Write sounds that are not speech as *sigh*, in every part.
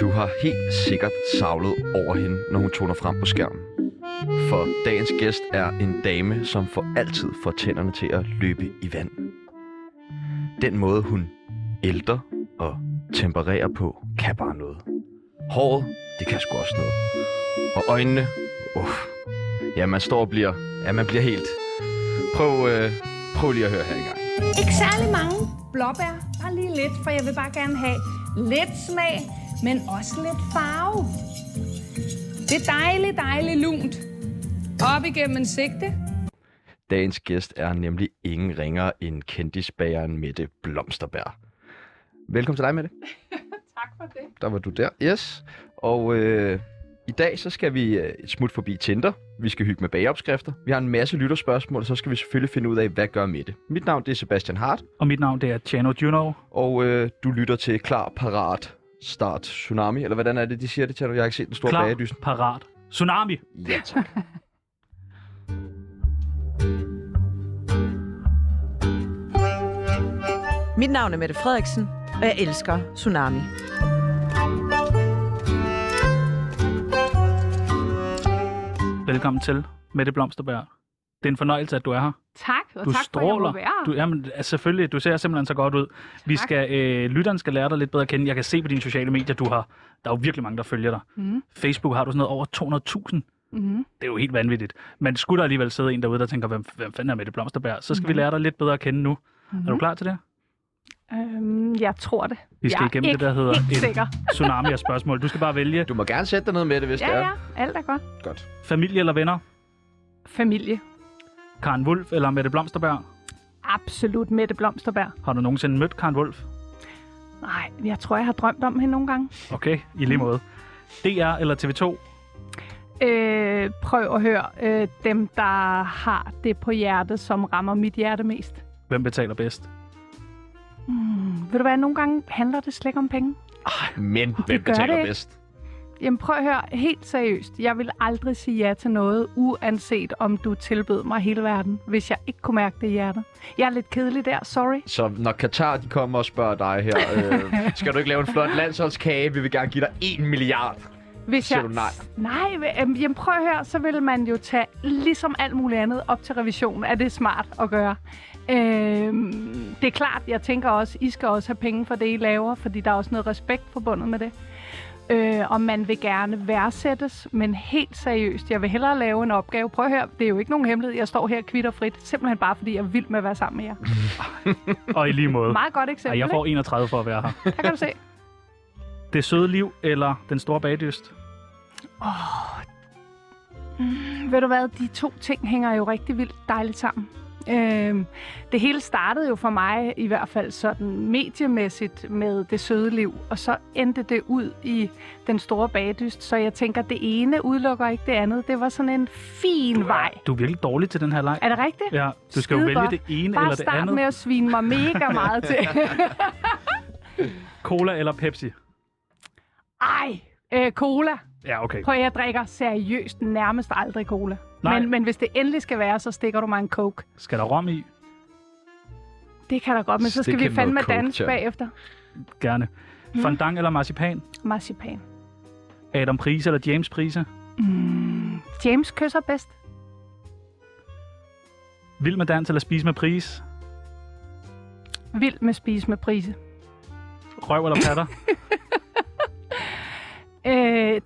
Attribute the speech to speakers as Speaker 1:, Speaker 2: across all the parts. Speaker 1: Du har helt sikkert savlet over hende, når hun toner frem på skærmen. For dagens gæst er en dame, som for altid får tænderne til at løbe i vand. Den måde, hun ældrer og tempererer på, kan bare noget. Håret, det kan sgu også noget. Og øjnene, uff. Ja, man står og bliver, ja, man bliver helt... Prøv, øh, prøv lige at høre her engang.
Speaker 2: Ikke særlig mange blåbær, bare lige lidt, for jeg vil bare gerne have lidt smag, men også lidt farve. Det er dejligt, dejligt lunt. Op igennem en sigte.
Speaker 1: Dagens gæst er nemlig ingen ringere end kendisbageren Mette Blomsterbær. Velkommen til dig, Mette.
Speaker 3: *laughs* Tak for det.
Speaker 1: Der var du der. Yes. Og øh, i dag så skal vi øh, et smut forbi Tinder. Vi skal hygge med bageopskrifter. Vi har en masse lytterspørgsmål, og så skal vi selvfølgelig finde ud af, hvad gør Mette. Mit navn det er Sebastian Hart,
Speaker 4: Og mit navn det er Tjano Juno.
Speaker 1: og øh, du lytter til Klar, Parat, Start, Tsunami. Eller hvordan er det, de siger det til dig? Jeg har ikke set den store
Speaker 4: Klar,
Speaker 1: bagedyst.
Speaker 4: parat. Tsunami.
Speaker 1: Ja, tak.
Speaker 5: Mit navn er Mette Frederiksen, og jeg elsker Tsunami.
Speaker 4: Velkommen til, Mette Blomsterberg. Det er en fornøjelse, at du er her.
Speaker 3: Tak, og
Speaker 4: Du
Speaker 3: tak for, at jeg må være her.
Speaker 4: Du, jamen, altså, selvfølgelig, du ser simpelthen så godt ud. Vi
Speaker 3: Tak.
Speaker 4: skal, øh, lytteren skal lære dig lidt bedre at kende. Jeg kan se på dine sociale medier, du har, der er jo virkelig mange, der følger dig.
Speaker 3: Mhm.
Speaker 4: Facebook har du sådan noget over 200.000.
Speaker 3: Mm-hmm.
Speaker 4: Det er jo helt vanvittigt. Men skulle der alligevel sidde en derude, der tænker, hvem, hvem fanden er Mette Blomsterberg? Så skal
Speaker 3: Mhm.
Speaker 4: vi lære dig lidt bedre at kende nu. Er du klar til det?
Speaker 3: Øhm, jeg tror det.
Speaker 4: Vi skal
Speaker 3: jeg
Speaker 4: igennem
Speaker 3: er
Speaker 4: det, der hedder
Speaker 3: helt
Speaker 4: en-
Speaker 3: sikker.
Speaker 4: Tsunami af spørgsmål. Du skal bare
Speaker 3: *laughs*
Speaker 4: vælge
Speaker 1: Du må gerne sætte dig ned med det, hvis
Speaker 3: Ja,
Speaker 1: det er.
Speaker 3: ja. Alt er godt.
Speaker 1: Godt.
Speaker 4: familie eller venner.
Speaker 3: Familie.
Speaker 4: Karen Wolf eller Mette Blomsterberg.
Speaker 3: Absolut Mette Blomsterberg.
Speaker 4: Har du nogensinde mødt Karen Wolf?
Speaker 3: Nej, jeg tror, jeg har drømt om hende nogle gange.
Speaker 4: Okay, i
Speaker 3: Mm.
Speaker 4: lige måde. DR eller TV2?
Speaker 3: Øh, prøv at høre øh, dem, der har det på hjertet, som rammer mit hjerte mest.
Speaker 4: Hvem betaler bedst?
Speaker 3: Mm, ved du hvad, nogle gange handler det slet ikke om penge.
Speaker 1: Men hvem
Speaker 3: gør det
Speaker 1: betaler
Speaker 3: ikke.
Speaker 1: bedst?
Speaker 3: Jamen prøv at høre, helt seriøst. Jeg vil aldrig sige ja til noget, uanset om du tilbød mig hele verden, hvis jeg ikke kunne mærke det i hjertet. Jeg er lidt kedelig der, sorry.
Speaker 1: Så når Katar de kommer og spørger dig her,
Speaker 3: *laughs*
Speaker 1: øh, skal du ikke lave en flot landsholdskage? Vi vil gerne give dig 1 milliard.
Speaker 3: Hvis
Speaker 1: Siger
Speaker 3: jeg...
Speaker 1: du nej?
Speaker 3: Nej, men, øhm, jamen prøv at høre, så vil man jo tage ligesom alt muligt andet op til revision. Er det smart at gøre? Øhm, det er klart, jeg tænker også, I skal også have penge for det, I laver, fordi der er også noget respekt forbundet med det. Øh, og man vil gerne værdsættes, men helt seriøst, jeg vil hellere lave en opgave. Prøv at høre, det er jo ikke nogen hemmelighed, jeg står her kvitterfrit, simpelthen bare fordi jeg er vild med at være sammen med jer.
Speaker 4: Og i lige måde.
Speaker 3: *laughs* Meget godt eksempel,
Speaker 4: Ej, jeg får 31 for at være her.
Speaker 3: ikke? Der kan du se.
Speaker 4: Det søde liv eller den store bagdyst?
Speaker 3: Ved du hvad, de to ting hænger jo rigtig vildt dejligt sammen. Øhm, det hele startede jo for mig i hvert fald sådan mediemæssigt med det søde liv, og så endte det ud i den store bagdyst, så jeg tænker, det ene udelukker ikke det andet. Det var sådan en fin vej.
Speaker 4: Du er virkelig dårlig til den her leg.
Speaker 3: Er det rigtigt?
Speaker 4: Ja, du skal jo
Speaker 3: Skide
Speaker 4: vælge
Speaker 3: godt.
Speaker 4: det ene
Speaker 3: Bare
Speaker 4: eller det
Speaker 3: start
Speaker 4: andet.
Speaker 3: med at svine mig
Speaker 4: *laughs*
Speaker 3: mega meget til.
Speaker 4: Cola eller Pepsi?
Speaker 3: Ej, øh, cola.
Speaker 4: Ja, okay.
Speaker 3: Prøv at jeg drikker seriøst nærmest aldrig cola.
Speaker 4: Nej.
Speaker 3: Men, men hvis det endelig skal være, så stikker du mig en coke.
Speaker 4: Skal der rom i?
Speaker 3: Det kan da godt, men så skal
Speaker 1: Stikke
Speaker 3: vi
Speaker 1: noget
Speaker 3: fandme
Speaker 1: coke,
Speaker 3: danse
Speaker 1: Tjano.
Speaker 3: bagefter.
Speaker 4: Gerne.
Speaker 3: Mm.
Speaker 4: Fondant eller marcipan?
Speaker 3: Marcipan.
Speaker 4: Adam Prise eller James Prise?
Speaker 3: James kysser bedst.
Speaker 4: Vild med dans eller spise med pris?
Speaker 3: Vild med spise med prise.
Speaker 4: Røv eller
Speaker 3: *laughs*
Speaker 4: patter?
Speaker 3: Øh,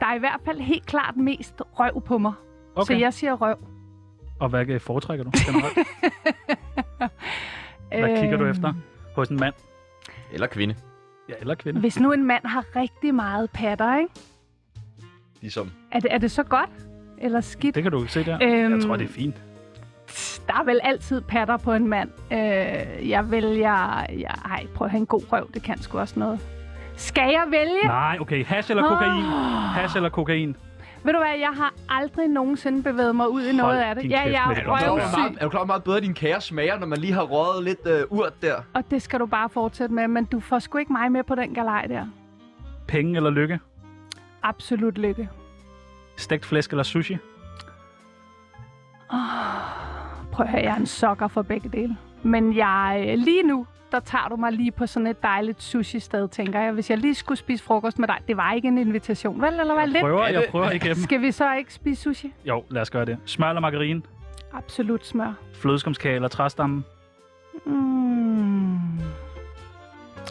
Speaker 3: der er i hvert fald helt klart mest røv på mig. Okay. Så
Speaker 4: Okay.
Speaker 3: jeg siger røv.
Speaker 4: Og hvad øh, foretrækker du generelt? Hvad kigger du
Speaker 3: Øh,
Speaker 4: efter? Hos en mand?
Speaker 1: Eller kvinde.
Speaker 4: Ja, eller kvinde?
Speaker 3: Hvis nu en mand har rigtig meget patter, ikke?
Speaker 1: Ligesom.
Speaker 3: Er det, er det så godt? Eller skidt?
Speaker 4: Det kan du se der.
Speaker 3: Øhm,
Speaker 4: Jeg tror, det er fint.
Speaker 3: Der er vel altid patter på en mand. Øh, jeg vælger... Jeg, ej, prøv at have en god røv. Det kan sgu også noget. Skal jeg vælge?
Speaker 4: Nej, okay. Hash eller kokain?
Speaker 3: Ah.
Speaker 4: Hash eller kokain?
Speaker 3: Ved du hvad, jeg har aldrig nogensinde bevæget mig ud i noget af det.
Speaker 4: din
Speaker 3: Ja,
Speaker 4: kæft,
Speaker 3: jeg
Speaker 4: Mette. Er
Speaker 3: er
Speaker 4: du klar over, hvor
Speaker 3: røvsyg.
Speaker 1: er du klar over, hvor meget bedre din kære smager, når man lige har røget lidt øh, urt der?
Speaker 3: Og det skal du bare fortsætte med, men du får sgu ikke mig med på den galej der.
Speaker 4: Penge eller lykke?
Speaker 3: Absolut lykke.
Speaker 4: Stegt flæsk eller sushi?
Speaker 3: Prøv at høre, jeg er en sokker for begge dele. Men jeg, lige nu, der tager du mig lige på sådan et dejligt sushi-sted, tænker jeg. Hvis jeg lige skulle spise frokost med dig, det var ikke en invitation, vel? Eller hvad?
Speaker 4: Jeg
Speaker 3: Lidt.
Speaker 4: prøver,
Speaker 1: Er
Speaker 4: jeg
Speaker 1: det-
Speaker 4: prøver igennem.
Speaker 3: Skal vi så ikke spise sushi?
Speaker 4: Jo, lad os gøre det. Smør eller margarine?
Speaker 3: Absolut smør.
Speaker 4: Flødeskumskage eller træstamme?
Speaker 3: Mm.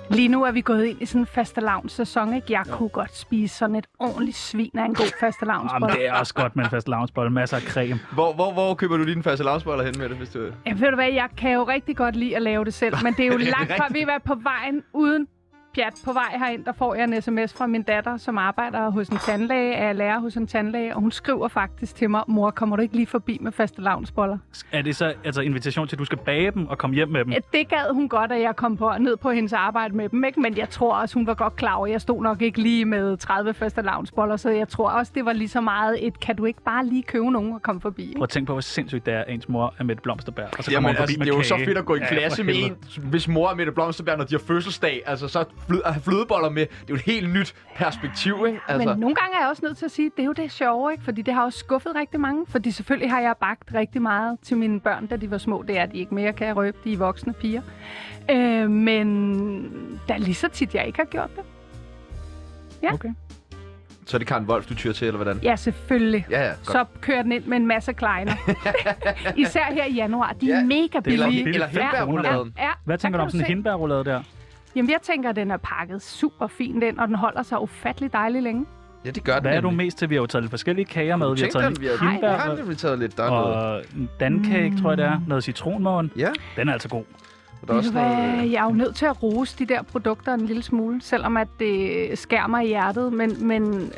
Speaker 3: Lige nu er vi gået ind i sådan en fastelavnssæson, ikke? Jeg kunne godt spise sådan et ordentligt svin af en god
Speaker 4: Jamen,
Speaker 3: fastelavnsbolle.
Speaker 4: det er også godt med en fast lavnsbolle. Masser af creme.
Speaker 1: Hvor, hvor, hvor køber du dine faste lavsboller hen med det, hvis du...
Speaker 3: Ja, ved du hvad, jeg kan jo rigtig godt lide at lave det selv, men det
Speaker 1: *laughs*
Speaker 3: er jo
Speaker 1: Er det
Speaker 3: langt fra,
Speaker 1: rigtigt?
Speaker 3: vi er på vejen uden pjat på vej herind, der får jeg en sms fra min datter, som arbejder hos en tandlæge, er lærer hos en tandlæge, og hun skriver faktisk til mig, mor, kommer du ikke lige forbi med faste lavnsboller?
Speaker 4: Er det så altså, invitation til, at du skal bage dem og komme hjem med dem?
Speaker 3: Ja, det gad hun godt, at jeg kom på, ned på hendes arbejde med dem, ikke? men jeg tror også, hun var godt klar over, jeg stod nok ikke lige med 30 faste lavnsboller, så jeg tror også, det var lige så meget et, kan du ikke bare lige købe nogen og komme forbi? Ikke?
Speaker 4: Prøv at tænke på, hvor sindssygt det er, at ens mor er med et blomsterbær. Og så
Speaker 1: Jamen,
Speaker 4: kommer hun forbi
Speaker 1: altså,
Speaker 4: med
Speaker 1: det er jo så
Speaker 4: kage.
Speaker 1: fedt at gå i
Speaker 4: Ja,
Speaker 1: klasse
Speaker 4: for
Speaker 1: med
Speaker 4: helvede.
Speaker 1: en, hvis mor er Mette Blomsterberg, når de har fødselsdag. Altså, så flød, at have flødeboller med. Det er jo et helt nyt perspektiv, ikke? Altså,
Speaker 3: Men nogle gange er jeg også nødt til at sige, at det er jo det sjove, ikke? fordi det har også skuffet rigtig mange. Fordi selvfølgelig har jeg bagt rigtig meget til mine børn, da de var små. Det er de ikke mere, kan jeg røbe. De er voksne piger. Øh, men der er lige så tit, jeg ikke har gjort det. Ja.
Speaker 4: Okay.
Speaker 1: så er det Karen Wolf, du tyrer til, eller hvordan?
Speaker 3: Ja, selvfølgelig.
Speaker 1: Ja, ja, godt.
Speaker 3: Så kører den ind med en masse kleiner.
Speaker 1: *laughs*
Speaker 3: Især her i januar. De er
Speaker 1: Ja,
Speaker 3: mega
Speaker 4: det er
Speaker 1: eller
Speaker 4: billig.
Speaker 3: billige.
Speaker 4: billigt.
Speaker 1: eller
Speaker 4: Ja,
Speaker 1: hindbærrouladen.
Speaker 3: Ja,
Speaker 4: Hvad tænker
Speaker 3: kan
Speaker 4: du om
Speaker 3: du
Speaker 4: sådan en
Speaker 3: se.
Speaker 4: hindbærrullade der?
Speaker 3: Jamen, jeg tænker, at den er pakket super fint ind, og den holder sig ufattelig dejligt længe.
Speaker 1: Ja, det gør den.
Speaker 4: Hvad er du
Speaker 1: nemlig.
Speaker 4: mest til? Vi har jo taget lidt forskellige kager med. Vi har
Speaker 1: Tænk
Speaker 4: taget
Speaker 1: den,
Speaker 4: en
Speaker 1: vi har,
Speaker 3: Hej.
Speaker 1: vi har
Speaker 4: hindbær
Speaker 1: nemlig taget lidt. Der er noget.
Speaker 4: og en dankage, tror jeg det er. Noget citronmåne.
Speaker 1: Ja,
Speaker 4: Den er altså god.
Speaker 1: og der er også
Speaker 3: Ved du hvad,
Speaker 1: noget... øh,
Speaker 3: Jeg er jo nødt til at rose de der produkter en lille smule, selvom at det skærer mig i hjertet. Men, men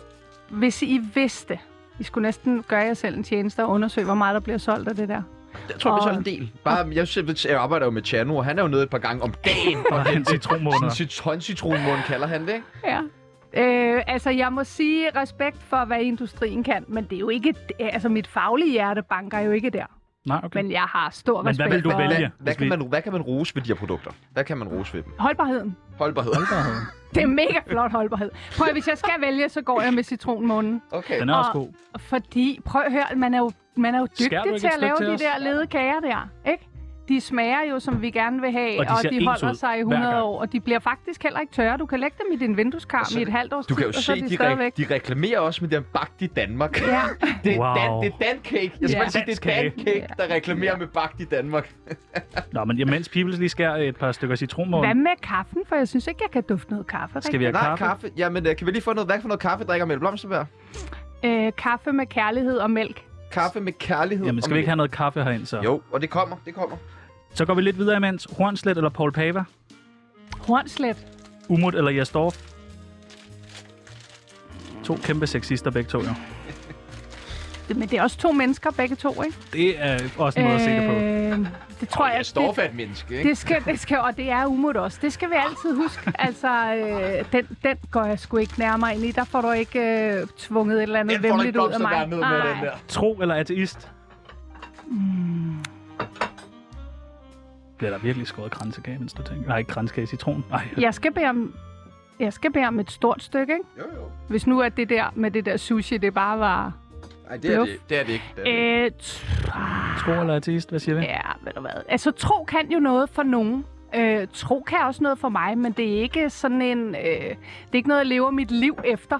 Speaker 3: hvis I vidste, I skulle næsten gøre jer selv en tjeneste og undersøge, hvor meget der bliver solgt af det der.
Speaker 1: Jeg tror, vi tager en del. Bare, jeg, synes, jeg arbejder jo med Chano, og han er jo nede et par gange om dagen.
Speaker 4: Og en citronmåne.
Speaker 1: Sådan en håndcitronmund kalder han det, ikke?
Speaker 3: Ja. Øh, altså, jeg må sige respekt for, hvad industrien kan, men det er jo ikke... Altså, mit faglige hjerte banker jo ikke der.
Speaker 4: Nej, okay.
Speaker 3: Men jeg har stor
Speaker 4: Men hvad
Speaker 3: respekt
Speaker 4: vil du
Speaker 3: for
Speaker 4: vælge?
Speaker 1: Hvad, hvad,
Speaker 4: hvis
Speaker 1: kan
Speaker 4: vi-
Speaker 1: man, hvad kan man rose ved de her produkter? Hvad kan man rose ved dem?
Speaker 3: holdbarheden.
Speaker 1: Holdbarhed.
Speaker 3: Det er mega flot holdbarhed. Prøv at, hvis jeg skal vælge, så går jeg med citronmunden.
Speaker 1: Okay.
Speaker 4: Den er også
Speaker 3: Og-
Speaker 4: god.
Speaker 3: Fordi, prøv at høre, man er jo, man er jo
Speaker 4: Skærer du
Speaker 3: dygtig
Speaker 4: ikke
Speaker 3: til
Speaker 4: et
Speaker 3: at lave
Speaker 4: stykke til
Speaker 3: de
Speaker 4: os?
Speaker 3: der lede kager der, ikke? De smager jo, som vi gerne vil have,
Speaker 4: Og
Speaker 3: og
Speaker 4: de
Speaker 3: de, og
Speaker 4: ser
Speaker 3: de
Speaker 4: ens
Speaker 3: holder
Speaker 4: ud
Speaker 3: sig i
Speaker 4: hver
Speaker 3: 100
Speaker 4: gang.
Speaker 3: år, og de bliver faktisk heller ikke tørre. Du kan lægge dem i din vindueskarm
Speaker 1: så-
Speaker 3: i et halvt års
Speaker 1: Altså, Du kan
Speaker 3: tid,
Speaker 1: jo
Speaker 3: og så
Speaker 1: se,
Speaker 3: er de
Speaker 1: de, re-
Speaker 3: stadigvæk.
Speaker 1: de reklamerer også med den bagt i Danmark.
Speaker 3: Ja,
Speaker 1: *laughs* Det er,
Speaker 4: Wow.
Speaker 1: dan, det er Dancake. Jeg skal
Speaker 3: Ja.
Speaker 1: bare sige, det er
Speaker 4: Danskage.
Speaker 1: Dancake, der reklamerer med bagt i Danmark.
Speaker 4: Nå, men imens Pibels lige skærer et par stykker
Speaker 3: hvad
Speaker 4: citronmåne,
Speaker 3: med kaffen? For jeg synes ikke, jeg kan dufte noget kaffe.
Speaker 4: skal vi have
Speaker 1: Nej,
Speaker 4: kaffe.
Speaker 1: kaffe. Jamen, øh, kan vi lige få noget, hvad for noget kaffe drikker Mette Blomsterberg?
Speaker 3: rigtigt. Øh, kaffe med kærlighed og mælk.
Speaker 1: Kaffe med kærlighed.
Speaker 4: Jamen, skal vi ikke
Speaker 1: og
Speaker 4: have noget kaffe herind, så?
Speaker 1: mælk. Jo, og det kommer, det kommer.
Speaker 4: Så går vi lidt videre imens. Hornslet eller Paul Pava?
Speaker 3: Hornslet.
Speaker 4: Umut eller Jastorf? To kæmpe sexister begge to, jo.
Speaker 3: Men det er også to mennesker, begge to, ikke?
Speaker 4: Det er også en måde at se det på.
Speaker 3: Øh, det tror jeg,
Speaker 1: Jeg står
Speaker 3: det,
Speaker 1: for et menneske, ikke?
Speaker 3: det skal, det skal, og det er umod også. Det skal vi altid huske. Altså, øh, den, den går jeg sgu ikke nærmere ind i. Der får du ikke øh, tvunget et eller andet
Speaker 1: Den får du ikke
Speaker 3: vemmeligt ud af
Speaker 1: Blomsterberg
Speaker 3: mig.
Speaker 1: ned med, den
Speaker 3: Ej.
Speaker 1: der.
Speaker 4: Tro eller ateist?
Speaker 3: Mm.
Speaker 4: Bliver der virkelig skåret kransekage, mens du tænker? Nej, ikke kransekage, citron. Nej,
Speaker 3: Jeg skal bede om, jeg skal bede om et stort stykke, ikke?
Speaker 1: Jo, jo.
Speaker 3: Hvis nu at det der med det der sushi, det bare var...
Speaker 1: Nej, det er
Speaker 3: Bluff.
Speaker 1: det, det er det ikke. Det er det. ikke.
Speaker 3: Øh, t-
Speaker 4: tro eller ateist, hvad siger vi?
Speaker 3: ja, ved du hvad. Altså, tro kan jo noget for nogen. Øh, tro kan også noget for mig, men det er ikke sådan en... Øh, det er ikke noget, jeg lever mit liv efter.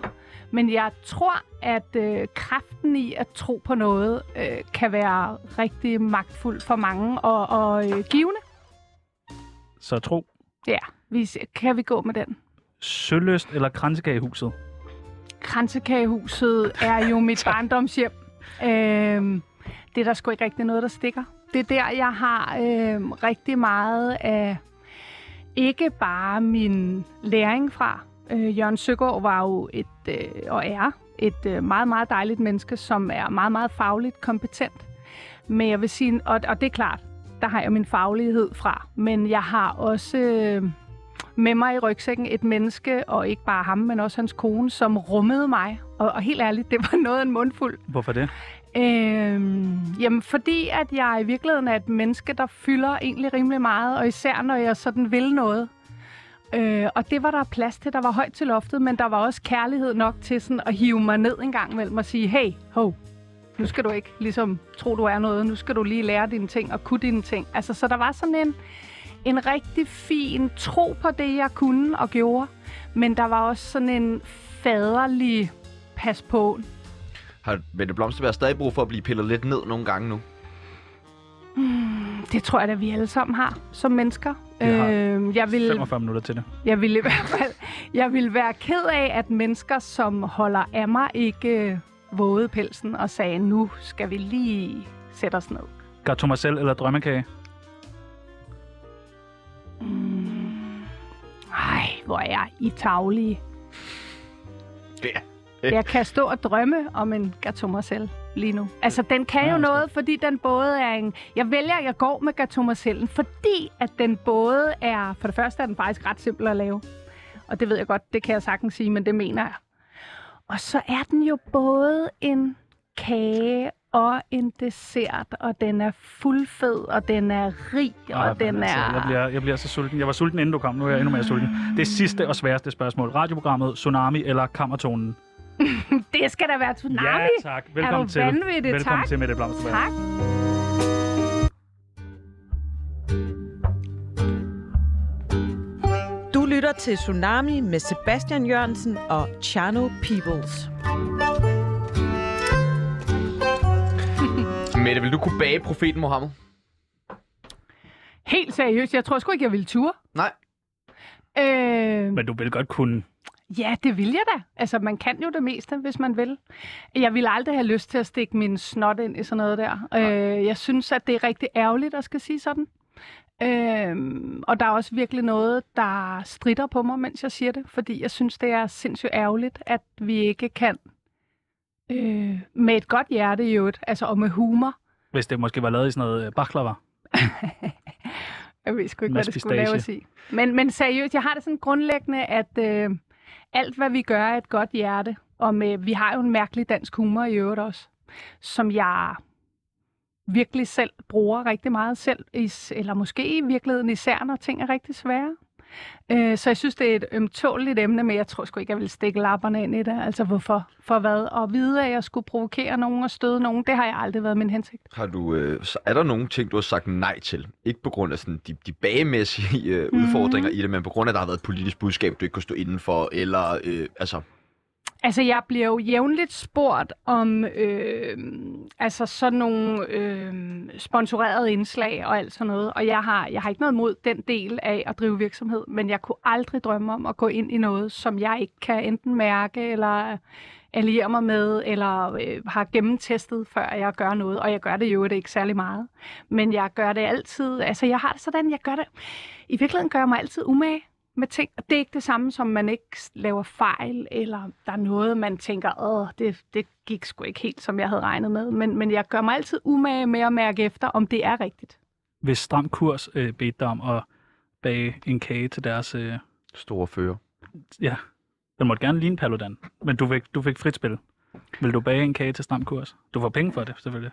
Speaker 3: Men jeg tror, at øh, kraften i at tro på noget øh, kan være rigtig magtfuld for mange og, og øh, givende.
Speaker 4: Så tro.
Speaker 3: Ja, vi, kan vi gå med den?
Speaker 4: Søløst eller kransekagehuset?
Speaker 3: Kransekagehuset er jo mit barndomshjem. Øhm, det er der sgu ikke rigtig noget, der stikker. Det er der, jeg har øhm, rigtig meget af ikke bare min læring fra. Øh, Jørgen Søgaard var jo et, øh, og er et øh, meget, meget dejligt menneske, som er meget, meget fagligt kompetent. Men jeg vil sige, og, og det er klart, der har jeg min faglighed fra. Men jeg har også... Øh, med mig i rygsækken et menneske, og ikke bare ham, men også hans kone, som rummede mig. Og, og helt ærligt, det var noget af en mundfuld.
Speaker 4: Hvorfor det?
Speaker 3: Øhm, jamen, fordi at jeg i virkeligheden er et menneske, der fylder egentlig rimelig meget, og især når jeg sådan vil noget. Øh, og det var der plads til, der var højt til loftet, men der var også kærlighed nok til sådan at hive mig ned en gang imellem og sige, hey, ho, Nu skal du ikke ligesom tro, du er noget. Nu skal du lige lære dine ting og kunne dine ting. Altså, så der var sådan en, en rigtig fin tro på det, jeg kunne og gjorde. Men der var også sådan en faderlig pas på.
Speaker 1: Har Mette Blomsterberg stadig brug for at blive pillet lidt ned nogle gange nu?
Speaker 3: Det tror jeg da, vi alle sammen har som mennesker.
Speaker 4: Vi har
Speaker 3: Øhm, jeg vil
Speaker 4: 45 minutter til det.
Speaker 3: Jeg ville i hvert fald jeg ville være ked af, at mennesker, som holder af mig, ikke øh, vågede pelsen og sagde, nu skal vi lige sætte os ned.
Speaker 4: Gato Marcel eller drømmekage?
Speaker 3: Ej, hvor er jeg i taglige.
Speaker 1: Ja.
Speaker 3: *laughs* Jeg kan stå og drømme om en Gato Marcel lige nu. Altså, den kan
Speaker 4: Ja,
Speaker 3: jo
Speaker 4: altså.
Speaker 3: noget, fordi den både er en... Jeg vælger, at jeg går med Gato Marcellen, fordi at den både er... For det første er den faktisk ret simpel at lave. Og det ved jeg godt, det kan jeg sagtens sige, men det mener jeg. Og så er den jo både en kage og en dessert, og den er fuldfed, og den er rig, og
Speaker 4: Ej,
Speaker 3: den
Speaker 4: men
Speaker 3: er...
Speaker 4: altså, Jeg bliver, jeg bliver så sulten. Jeg var sulten, inden du kom. Nu er jeg endnu mere sulten. Det sidste og sværeste spørgsmål. Radioprogrammet, Tsunami eller Kammertonen?
Speaker 3: Det skal da være tsunami.
Speaker 4: Ja, tak. Velkommen til.
Speaker 3: vanvittig?
Speaker 4: Velkommen
Speaker 3: Tak.
Speaker 4: til, Mette Blomsterberg.
Speaker 3: Tak.
Speaker 5: Du lytter til Tsunami med Sebastian Jørgensen og Chano Peoples.
Speaker 1: Mette, vil du kunne bage profeten Mohammed?
Speaker 3: Helt seriøst, jeg tror sgu ikke, jeg ville ture.
Speaker 1: Nej.
Speaker 3: Øh,
Speaker 4: Men du vil godt kunne.
Speaker 3: ja, det vil jeg da. Altså, man kan jo det meste, hvis man vil. Jeg ville aldrig have lyst til at stikke min snot ind i sådan noget der. Øh, jeg synes, at det er rigtig ærgerligt at skal sige sådan. Øh, og der er også virkelig noget, der strider på mig, mens jeg siger det. Fordi jeg synes, det er sindssygt ærgerligt, at vi ikke kan øh, med et godt hjerte i øvrigt, altså og med humor,
Speaker 4: Hvis det måske var lavet i sådan noget øh, baklava.
Speaker 3: Jeg ved sgu ikke,
Speaker 4: Mads
Speaker 3: hvad det skulle
Speaker 4: Pistache.
Speaker 3: laves i. Men, men seriøst, jeg har det sådan grundlæggende, at øh, alt, hvad vi gør, er et godt hjerte. Og med, vi har jo en mærkelig dansk humor i øvrigt også, som jeg virkelig selv bruger rigtig meget selv, is- eller måske i virkeligheden især, når ting er rigtig svære. Øh, så jeg synes, det er et ømtåligt emne, men jeg tror sgu ikke, jeg vil stikke lapperne ind i det. Altså hvorfor? For hvad? Og vide, at jeg skulle provokere nogen og støde nogen, det har jeg aldrig været min hensigt.
Speaker 1: Har du, øh, så er der nogle ting, du har sagt nej til? Ikke på grund af sådan de, de bagemæssige *laughs* øh, udfordringer
Speaker 3: Mhm.
Speaker 1: i det, men på grund af, at der har været et politisk budskab, du ikke kunne stå indenfor, eller øh, altså...
Speaker 3: Altså, jeg bliver jo jævnligt spurgt om øh, altså sådan nogle øh, sponsorerede indslag og alt sådan noget. Og jeg har, jeg har ikke noget mod den del af at drive virksomhed, men jeg kunne aldrig drømme om at gå ind i noget, som jeg ikke kan enten mærke eller alliere mig med, eller øh, har gennemtestet, før jeg gør noget. Og jeg gør det jo ikke særlig meget. Men jeg gør det altid. Altså, jeg har det sådan, jeg gør det. I virkeligheden gør jeg mig altid umage med ting. Og det er ikke det samme, som man ikke s- laver fejl, eller der er noget, man tænker, åh, det, det gik sgu ikke helt, som jeg havde regnet med. Men, men jeg gør mig altid umage med at mærke efter, om det er rigtigt.
Speaker 4: Hvis Stram Kurs øh, bedte dig om at bage en kage til deres... Øh,
Speaker 1: Store fører.
Speaker 4: ja, den måtte gerne ligne Paludan, men du fik, du fik frit spil. Vil du bage en kage til Stram Kurs? Du får penge for det, selvfølgelig.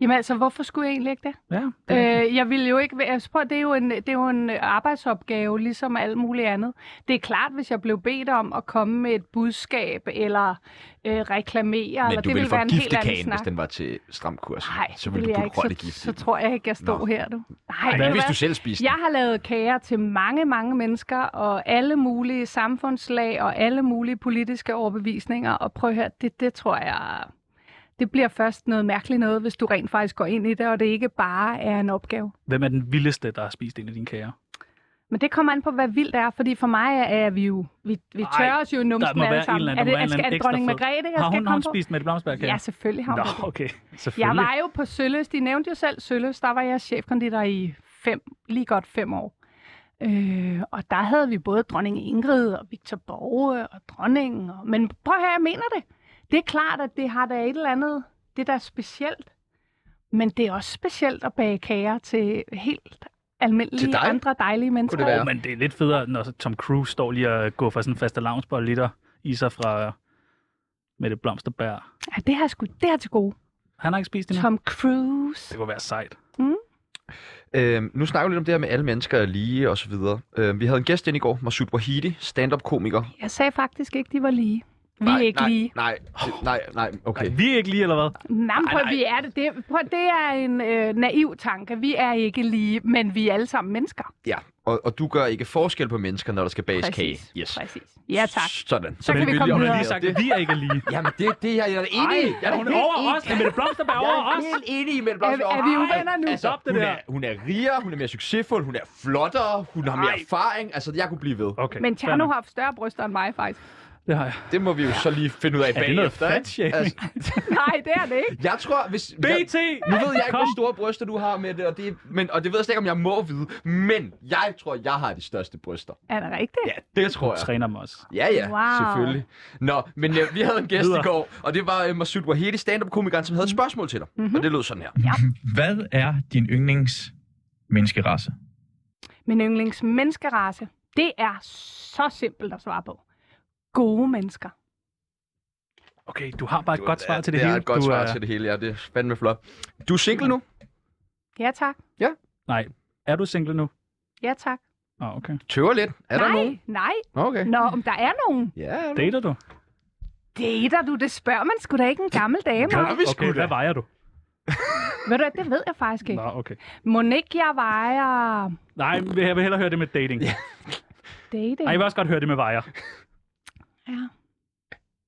Speaker 3: Jamen altså, hvorfor skulle jeg egentlig ikke det?
Speaker 4: Ja, det er rigtigt.
Speaker 3: Øh, jeg vil jo ikke... være- Altså, prøv, at- det, er jo en, det er jo en arbejdsopgave, ligesom alt muligt andet. Det er klart, hvis jeg blev bedt om at komme med et budskab, eller øh, reklamere,
Speaker 1: Men
Speaker 3: eller
Speaker 1: du
Speaker 3: det
Speaker 1: ville
Speaker 3: ville være en helt
Speaker 1: forgifte
Speaker 3: anden
Speaker 1: kagen,
Speaker 3: snak.
Speaker 1: hvis den var til stram kurs.
Speaker 3: Nej,
Speaker 1: så ville
Speaker 3: jeg
Speaker 1: du
Speaker 3: ikke.
Speaker 1: kunne
Speaker 3: Så,
Speaker 1: gifte.
Speaker 3: så tror jeg ikke, jeg står
Speaker 1: Nå.
Speaker 3: her nu.
Speaker 1: Ej,
Speaker 3: Nej, ved
Speaker 1: hvad
Speaker 3: du
Speaker 1: hvis
Speaker 3: hvad?
Speaker 1: du selv spiste
Speaker 3: Jeg har lavet kager til mange, mange mennesker og alle mulige samfundslag og alle mulige politiske overbevisninger. Og prøv at høre, det, det tror jeg, det bliver først noget mærkeligt noget, hvis du rent faktisk går ind i det, og det ikke bare er en opgave.
Speaker 4: Hvem er den vildeste, der har spist en af dine kager?
Speaker 3: Men det kommer an på, hvad vildt er, fordi for mig er, er vi jo, vi, vi
Speaker 4: Ej,
Speaker 3: tørrer os jo i
Speaker 4: Der
Speaker 3: numsen
Speaker 4: må
Speaker 3: alle
Speaker 4: være en
Speaker 3: sammen.
Speaker 4: eller
Speaker 3: Er
Speaker 4: anden,
Speaker 3: det,
Speaker 4: der må være
Speaker 3: er,
Speaker 4: en eller
Speaker 3: skal, er
Speaker 4: anden
Speaker 3: det
Speaker 4: ekstra
Speaker 3: dronning
Speaker 4: fed.
Speaker 3: Margrethe, jeg
Speaker 4: Har
Speaker 3: skal
Speaker 4: hun, har
Speaker 3: komme
Speaker 4: hun
Speaker 3: på?
Speaker 4: spist Mette Blomsberg kage?
Speaker 3: Ja, selvfølgelig har hun
Speaker 4: Nå,
Speaker 3: det.
Speaker 4: okay. Selvfølgelig.
Speaker 3: Jeg var jo på Sølløs, de nævnte jo selv Sølløs, der var jeg chefkonditor i fem, lige godt fem år. Øh, og der havde vi både dronning Ingrid og Victor Borge og dronningen. Og, men prøv at høre, jeg mener det. Det er klart, at det har da et eller andet, det der er specielt. Men det er også specielt at bage kager til helt almindelige
Speaker 1: Til dig?
Speaker 3: andre dejlige mennesker.
Speaker 1: det være?
Speaker 4: Åh, men det er lidt federe, når Tom Cruise står lige og går for sådan en faste loungebold liter i sig fra øh, Mette Blomsterberg.
Speaker 3: Ja, det har jeg sgu, det har til gode.
Speaker 4: Han har ikke spist endnu.
Speaker 3: Tom
Speaker 4: Det
Speaker 3: Cruise.
Speaker 4: kunne være sejt.
Speaker 1: Øhm, nu snakker vi lidt om det her med, at alle mennesker er lige og så videre. Øhm, vi havde en gæst ind i går, Masud Wahidi, stand-up-komiker.
Speaker 3: Jeg sagde faktisk ikke, de var lige. Vi er ikke
Speaker 1: nej,
Speaker 3: lige.
Speaker 1: Nej, nej, nej, okay.
Speaker 4: Vi er ikke lige, eller hvad?
Speaker 3: Nej,
Speaker 4: Nej,
Speaker 3: prøv,
Speaker 4: nej.
Speaker 3: vi er det. Det, prøv, det er en øh, naiv tanke. Vi er ikke lige, men vi er alle sammen mennesker.
Speaker 1: Ja, og, og du gør ikke forskel på mennesker, når der skal bages kage. Yes.
Speaker 3: Præcis. Ja, tak.
Speaker 1: Sådan.
Speaker 3: Så kan vi
Speaker 4: Hun
Speaker 3: komme
Speaker 4: har
Speaker 3: videre.
Speaker 4: lige sagt, at vi er ikke lige.
Speaker 1: Jamen, det, det er jeg, jeg er enig i. Jeg
Speaker 4: Ja,
Speaker 1: er
Speaker 4: hun
Speaker 1: helt
Speaker 4: er over
Speaker 1: enig.
Speaker 4: os. Mette Blomsterberg er
Speaker 1: Jeg
Speaker 4: over
Speaker 1: er
Speaker 4: os.
Speaker 1: helt enig i Mette
Speaker 3: Er,
Speaker 1: Blomsterberg.
Speaker 3: er vi uvenner nu?
Speaker 1: Altså,
Speaker 4: Stop det
Speaker 1: hun,
Speaker 4: der.
Speaker 1: er, hun er rigere, hun er mere succesfuld, hun er flottere, hun har mere
Speaker 4: Ej.
Speaker 1: erfaring. Altså, jeg kunne blive ved.
Speaker 4: Okay.
Speaker 3: Men
Speaker 4: fair
Speaker 3: Tjerno
Speaker 4: nok.
Speaker 3: har haft større bryster end mig, faktisk.
Speaker 4: Det har jeg.
Speaker 1: Det må vi jo så lige finde ud af
Speaker 4: Er det noget
Speaker 1: bagefter. ikke? Altså,
Speaker 4: fatshaming?
Speaker 3: Nej, det er det ikke.
Speaker 1: jeg tror, hvis...
Speaker 4: BT!
Speaker 1: Jeg, nu ved jeg ikke,
Speaker 4: Kom.
Speaker 1: hvor store bryster du har med det, og det, men, og det ved jeg slet ikke, om jeg må vide. Men jeg tror, jeg har de største bryster.
Speaker 3: Er det rigtigt?
Speaker 1: Ja, det tror jeg.
Speaker 4: Træner mig også.
Speaker 1: Ja, ja,
Speaker 3: Wow.
Speaker 1: selvfølgelig. Nå, men øh, vi havde en gæst i
Speaker 4: Videre.
Speaker 1: går, og det var øh, Masud Wahedi, stand-up-komikeren, som havde et spørgsmål til dig. Mm-hmm. Og det lød sådan her.
Speaker 6: Hvad er din yndlings menneskerace?
Speaker 3: Min yndlings menneskerace, det er så simpelt at svare på. Gode mennesker.
Speaker 4: Okay, du har bare et
Speaker 1: Du-
Speaker 4: godt svar
Speaker 1: ja,
Speaker 4: til det,
Speaker 1: det
Speaker 4: hele.
Speaker 1: er et godt
Speaker 4: du
Speaker 1: svar til det hele, ja. Det er fandme flot. Du er single nu?
Speaker 3: Ja, tak.
Speaker 4: Nej, er du single nu?
Speaker 3: Ja, tak.
Speaker 4: Åh, oh, okay.
Speaker 1: Tøver lidt. Er der
Speaker 3: nej,
Speaker 1: nogen?
Speaker 3: nej.
Speaker 1: Nå, Okay.
Speaker 3: Nå, om der er nogen.
Speaker 1: Ja, er der
Speaker 4: Dater du?
Speaker 3: Dater du, det spørger man sgu da ikke en gammel dame.
Speaker 1: Gør
Speaker 3: om.
Speaker 1: vi sgu
Speaker 4: Okay,
Speaker 1: da.
Speaker 4: hvad vejer du?
Speaker 3: Ved du hvad, det ved jeg faktisk ikke.
Speaker 4: Nå, okay.
Speaker 3: Monique, jeg vejer
Speaker 4: Nej, men jeg vil hellere høre det med dating. Ja.
Speaker 3: dating.
Speaker 4: Nej, jeg vil også godt høre det med vejer.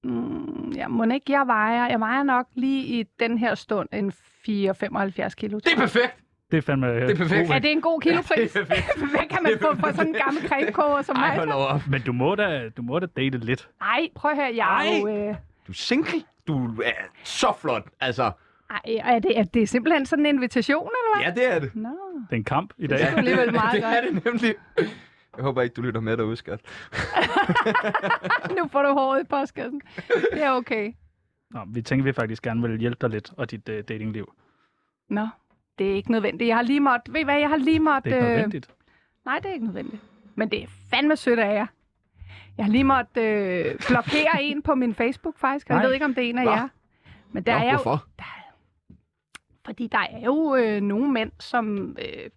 Speaker 3: Mm, ja, Monique, jeg vejer, jeg vejer nok lige i den her stund en 4,75 kilo.
Speaker 1: Det er perfekt.
Speaker 4: Det er fandme... øh,
Speaker 1: Det er perfekt.
Speaker 3: er det en god kilopris?
Speaker 1: Ja, det er
Speaker 3: *laughs* Hvad kan man få for sådan en gammel krebkoger som
Speaker 1: Ej,
Speaker 3: mig?
Speaker 1: hold op.
Speaker 4: Men du må, da, du må da date lidt.
Speaker 3: Nej, prøv at høre, jeg er jo... Øh,
Speaker 1: Du er single? Du er så flot. Altså,
Speaker 3: ej, er det, er det simpelthen sådan en invitation, eller hvad?
Speaker 1: ja, det er det.
Speaker 3: Nå,
Speaker 4: Det er en kamp i dag.
Speaker 3: det er
Speaker 1: *laughs*
Speaker 3: sgu alligevel meget
Speaker 1: det er
Speaker 3: godt.
Speaker 1: det nemlig. Jeg håber ikke, du lytter med derude, skat.
Speaker 3: Nu får du håret i postkassen. Det er okay.
Speaker 4: Nå, vi tænker, vi faktisk gerne vil hjælpe dig lidt og dit uh, datingliv.
Speaker 3: Nå, det er ikke nødvendigt. Jeg har lige måttet... Ved I hvad, jeg har lige måttet...
Speaker 4: Det er ikke
Speaker 3: øh,
Speaker 4: nødvendigt.
Speaker 3: Nej, det er ikke nødvendigt. Men det er fandme sødt af jer. Jeg har lige måttet øh, blokere en på min Facebook, faktisk. og Jeg
Speaker 4: Nej.
Speaker 3: ved ikke, om det er en af
Speaker 1: Nå.
Speaker 3: jer. Men der
Speaker 1: Nå,
Speaker 3: er jo,
Speaker 1: hvorfor?
Speaker 3: fordi der er jo øh, nogle mænd, som øh,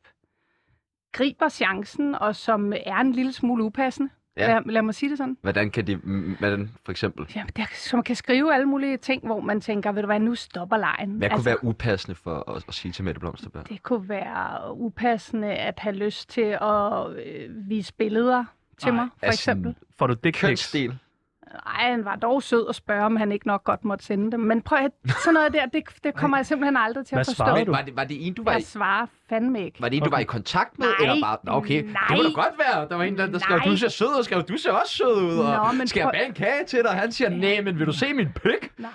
Speaker 3: griber chancen, og som er en lille smule upassende.
Speaker 1: Ja.
Speaker 3: Ja. Lad, lad mig sige det sådan.
Speaker 1: Hvordan kan det... mm, Hvordan, for eksempel?
Speaker 3: Ja, der, som kan skrive alle mulige ting, hvor man tænker, ved du hvad, nu stopper lejen.
Speaker 1: Hvad kunne være upassende for at, at sige til Mette Blomsterberg?
Speaker 3: Altså- Det kunne være upassende at have lyst til at øh, vise billeder til
Speaker 4: Ej,
Speaker 3: mig, for
Speaker 1: Af sin
Speaker 3: eksempel.
Speaker 4: Får du dick pics?
Speaker 1: Kønsdel.
Speaker 3: Ej, han var dog sød at spørge, om han ikke nok godt måtte sende dem. Men prøv
Speaker 4: *laughs*
Speaker 3: at sådan noget der, det, det kommer jeg simpelthen aldrig til at
Speaker 4: Hvad
Speaker 3: forstå.
Speaker 4: svarede
Speaker 1: Men
Speaker 4: du?
Speaker 1: var det, var det en, du var i,
Speaker 3: Jeg svarer fandme ikke.
Speaker 1: var det en, du
Speaker 4: Okay.
Speaker 1: var i kontakt med?
Speaker 3: Altså- Nej,
Speaker 1: eller bare, Nå, okay, det må da
Speaker 3: nej.
Speaker 1: godt være. Der var en, der, der skrev,
Speaker 3: Nej.
Speaker 1: du ser sød ud, skrev, du ser også sød ud, og
Speaker 3: Nå, men
Speaker 1: skal jeg
Speaker 3: prøv-
Speaker 1: bage en kage til dig? Og han siger, nej, men vil du se min pik?
Speaker 3: Nej.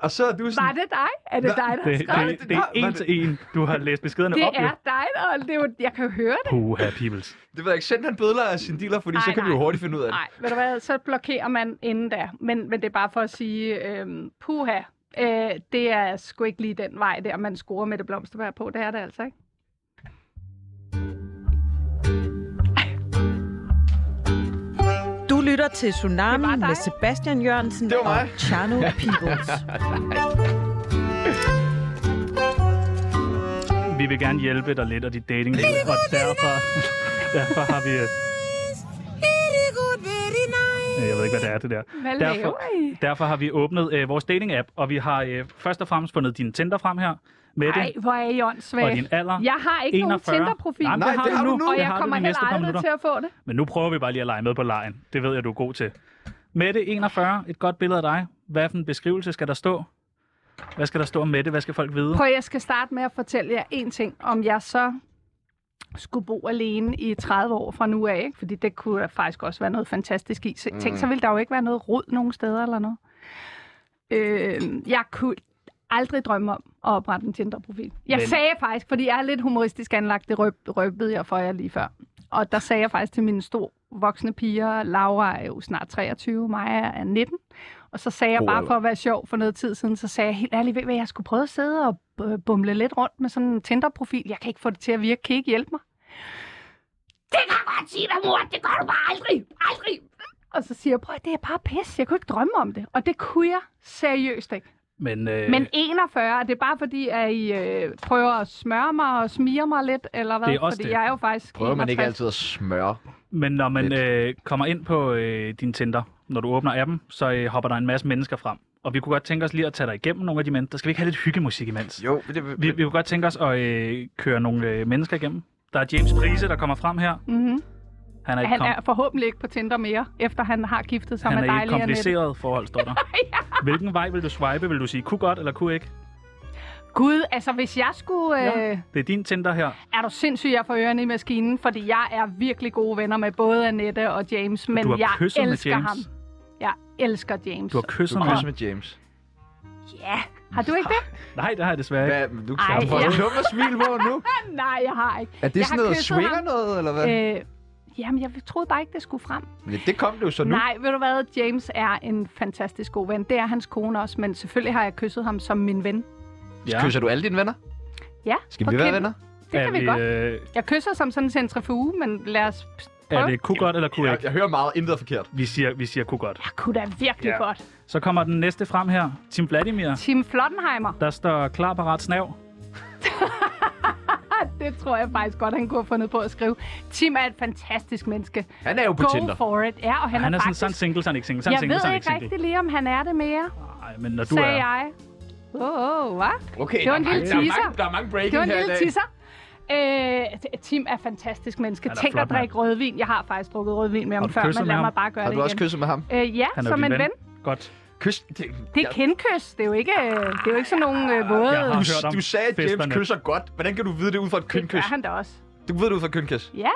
Speaker 1: Og så er du sådan,
Speaker 3: Var det dig? Er det
Speaker 1: Nå,
Speaker 3: dig,
Speaker 4: Det,
Speaker 3: der har
Speaker 4: det,
Speaker 3: skrevet det?
Speaker 4: det, det er
Speaker 1: Nå, var
Speaker 4: en
Speaker 1: det-
Speaker 4: til en. Du har læst beskederne
Speaker 3: Det
Speaker 4: op, jo.
Speaker 3: er dig, der det er jo, jeg kan jo høre det.
Speaker 4: Puha, peoples.
Speaker 1: det ved jeg ikke, send han billeder af sin dealer, fordi
Speaker 3: Nej,
Speaker 1: så kan vi
Speaker 3: nej.
Speaker 1: jo hurtigt finde ud af det.
Speaker 3: Nej, ved du hvad, så blokerer man inden da. Men, men det er bare for at sige, øhm, puha, øh, det er sgu ikke lige den vej der, man scorer med det blomsterbær på. Det er det altså ikke.
Speaker 5: Du lytter til
Speaker 3: Det var
Speaker 5: Tsunami
Speaker 3: dig.
Speaker 5: med Sebastian Jørgensen
Speaker 1: Det var
Speaker 5: og
Speaker 1: mig.
Speaker 5: Chano
Speaker 1: *laughs*
Speaker 5: Peoples.
Speaker 4: Vi vil gerne hjælpe dig lidt og dit datingliv, og derfor, derfor har vi... øh, Jeg ved ikke, hvad det er, det der.
Speaker 3: Hvad
Speaker 4: Derfor,
Speaker 3: laver I?
Speaker 4: derfor har vi åbnet øh, vores dating-app, og vi har øh, først og fremmest fundet din Tinder frem her, med
Speaker 3: Nej,
Speaker 4: det
Speaker 3: hvor er I
Speaker 4: og
Speaker 3: åndssvage.
Speaker 4: din alder.
Speaker 3: Jeg har ikke 41. nogen
Speaker 4: 41.
Speaker 3: Tinder-profil.
Speaker 4: Nej, men
Speaker 1: Nej, det har du nu.
Speaker 3: Og
Speaker 4: Det
Speaker 3: jeg
Speaker 4: har du
Speaker 3: kommer
Speaker 4: de
Speaker 3: heller
Speaker 4: næste par
Speaker 3: aldrig
Speaker 4: minutter.
Speaker 3: til at få det.
Speaker 4: Men nu prøver vi bare lige at lege med på lejen. Det ved jeg, du er god til. Mette, 41. Et godt billede af dig. Hvad for en beskrivelse skal der stå? Hvad skal der stå om Mette? Hvad skal folk vide?
Speaker 3: Prøv, jeg skal starte med at fortælle jer en ting, om jeg så skulle bo alene i 30 år fra nu af, ikke? fordi det kunne der faktisk også være noget fantastisk i. Så, Tænk, så ville der jo ikke være noget rod nogen steder eller noget. Øh, jeg kunne aldrig drømme om at oprette en Tinder-profil. Jeg
Speaker 4: Men-
Speaker 3: Men... sagde faktisk, fordi jeg er lidt humoristisk anlagt, det røb, røbede jeg for jer lige før. Og der sagde jeg faktisk til mine store voksne piger, Laura er jo snart 23, Maja er 19, og så sagde jeg
Speaker 1: God
Speaker 3: bare
Speaker 1: alder.
Speaker 3: for at være sjov for noget tid siden, så sagde jeg helt ærligt, ved I hvad, jeg skulle prøve at sidde og øh, bumle lidt rundt med sådan en Tinder-profil. Jeg kan ikke få det til at virke. Kan I ikke hjælpe mig? Det kan jeg godt sige dig, mor. Det gør du bare aldrig. Aldrig. Og så siger jeg, prøv at det er bare pis. Jeg kunne ikke drømme om det. Og det kunne jeg seriøst ikke.
Speaker 4: Men, øh,
Speaker 3: Men 41, er det bare fordi, at I øh, prøver at smøre mig og smire mig lidt, eller hvad?
Speaker 4: Det er også
Speaker 3: fordi
Speaker 4: det.
Speaker 3: jeg er jo faktisk
Speaker 1: Prøver man ikke
Speaker 3: 61.
Speaker 1: altid at smøre?
Speaker 4: men når man øh, kommer ind på øh, din Tinder, når du åbner appen, så øh, hopper der en masse mennesker frem. Og vi kunne godt tænke os lige at tage dig igennem nogle af de mennesker. Skal vi ikke have lidt hyggemusik imens?
Speaker 1: Jo, det, det,
Speaker 4: Vi, vi kunne godt tænke os at øh, køre nogle øh, mennesker igennem. Der er James Prise, der kommer frem her.
Speaker 3: Mm-hmm.
Speaker 4: Han er ikke,
Speaker 3: Han
Speaker 4: kom-
Speaker 3: er forhåbentlig ikke på Tinder mere, efter han har giftet sig
Speaker 4: han
Speaker 3: med
Speaker 4: er i et
Speaker 3: dejlige Annette.
Speaker 4: kompliceret forhold, står
Speaker 3: *laughs*
Speaker 4: der. Hvilken vej vil du swipe? Vil du sige, kunne godt eller kunne ikke?
Speaker 3: Øh. Gud, altså hvis jeg skulle...
Speaker 4: Ja.
Speaker 3: Øh,
Speaker 4: Det er din Tinder her.
Speaker 3: er du sindssyg, jeg får ørerne i maskinen, fordi jeg er virkelig gode venner med både Annette og James, men
Speaker 4: du har
Speaker 3: jeg
Speaker 4: kysset med
Speaker 3: elsker
Speaker 4: James.
Speaker 3: ham. Jeg elsker James.
Speaker 4: Du har kysset
Speaker 1: du
Speaker 4: med
Speaker 1: kysser
Speaker 4: ham.
Speaker 1: med James.
Speaker 3: Ja, har du ikke det?
Speaker 4: Nej, det har jeg desværre ikke.
Speaker 1: Hvad, du
Speaker 3: Ej,
Speaker 1: kan få
Speaker 3: ja.
Speaker 1: et dumt smil på nu.
Speaker 3: Nej, jeg har ikke.
Speaker 1: *laughs* Er det
Speaker 3: Jeg
Speaker 1: sådan
Speaker 3: har
Speaker 1: noget
Speaker 3: kysset
Speaker 1: swinger
Speaker 3: ham.
Speaker 1: noget, eller hvad?
Speaker 3: Øh, jamen, jeg troede bare ikke, det skulle frem.
Speaker 1: Men det kom det jo så nu.
Speaker 3: Nej, ved du hvad? James er en fantastisk god ven. Det er hans kone også, men selvfølgelig har jeg kysset ham som min ven.
Speaker 4: Ja.
Speaker 1: Kysser du alle dine venner?
Speaker 3: Ja,
Speaker 1: Skal
Speaker 3: på
Speaker 1: vi være
Speaker 3: kinden.
Speaker 1: venner?
Speaker 3: Det
Speaker 4: er
Speaker 3: kan vi, godt.
Speaker 4: Øh,
Speaker 3: Jeg kysser som sådan en centrifuge, men lad os prøve.
Speaker 4: er det kunne godt eller kunne
Speaker 1: Jeg,
Speaker 4: ikke?
Speaker 1: jeg hører meget intet forkert.
Speaker 4: Vi siger, vi siger kunne godt.
Speaker 3: Jeg kunne da virkelig
Speaker 4: Ja.
Speaker 3: ja. godt.
Speaker 4: Så kommer den næste frem her. Tim Vladimir.
Speaker 3: Tim Flottenheimer,
Speaker 4: Der står klar, parat, snav.
Speaker 3: det tror jeg faktisk godt, han kunne have fundet på at skrive. Tim er et fantastisk menneske.
Speaker 1: Han er jo på
Speaker 3: Go
Speaker 1: Tinder.
Speaker 3: for it. Ja, og han,
Speaker 4: Han, han er, sådan,
Speaker 3: faktisk...
Speaker 4: sådan single, sådan ikke single. Sådan
Speaker 3: jeg
Speaker 4: single,
Speaker 3: ved
Speaker 4: sådan
Speaker 3: ikke
Speaker 4: single.
Speaker 3: rigtigt lige, om han er det mere,
Speaker 4: Nej, men når du
Speaker 3: sagde
Speaker 4: er...
Speaker 3: jeg. Åh, oh, oh, hvad?
Speaker 1: Okay,
Speaker 3: Det var en
Speaker 1: der er
Speaker 3: lille
Speaker 1: mange-
Speaker 3: teaser.
Speaker 1: Der er mange, der er mange
Speaker 3: Det
Speaker 1: breaking
Speaker 3: var en
Speaker 1: her i
Speaker 3: lille
Speaker 1: dag.
Speaker 3: tisser. Øh, t- Tim er fantastisk menneske.
Speaker 4: Han er
Speaker 3: Tænk
Speaker 4: flot
Speaker 3: at drikke rødvin. Jeg har faktisk drukket rødvin med
Speaker 4: Har
Speaker 3: ham
Speaker 4: du
Speaker 3: før,
Speaker 4: kysset
Speaker 3: men lad
Speaker 4: med
Speaker 3: mig
Speaker 4: ham?
Speaker 3: bare gøre
Speaker 1: Har
Speaker 3: det
Speaker 1: du også
Speaker 3: igen.
Speaker 1: kysset med ham?
Speaker 3: Øh, ja,
Speaker 4: Han er jo
Speaker 3: som
Speaker 4: din
Speaker 3: en ven.
Speaker 4: ven. Godt.
Speaker 1: Kys. Det,
Speaker 3: Det er kendkys. Det er jo ikke, øh, det er jo ikke sådan nogle øh,
Speaker 4: *laughs*
Speaker 3: våde...
Speaker 4: jeg har-
Speaker 3: Det
Speaker 4: hørt
Speaker 1: du,
Speaker 4: om
Speaker 1: du sagde, at James
Speaker 4: festerne.
Speaker 1: kysser godt. Hvordan kan du vide det ud fra et
Speaker 3: gør
Speaker 1: kynkys?
Speaker 3: han da også.
Speaker 1: Du ved det ud fra et kynkys.
Speaker 3: Ja.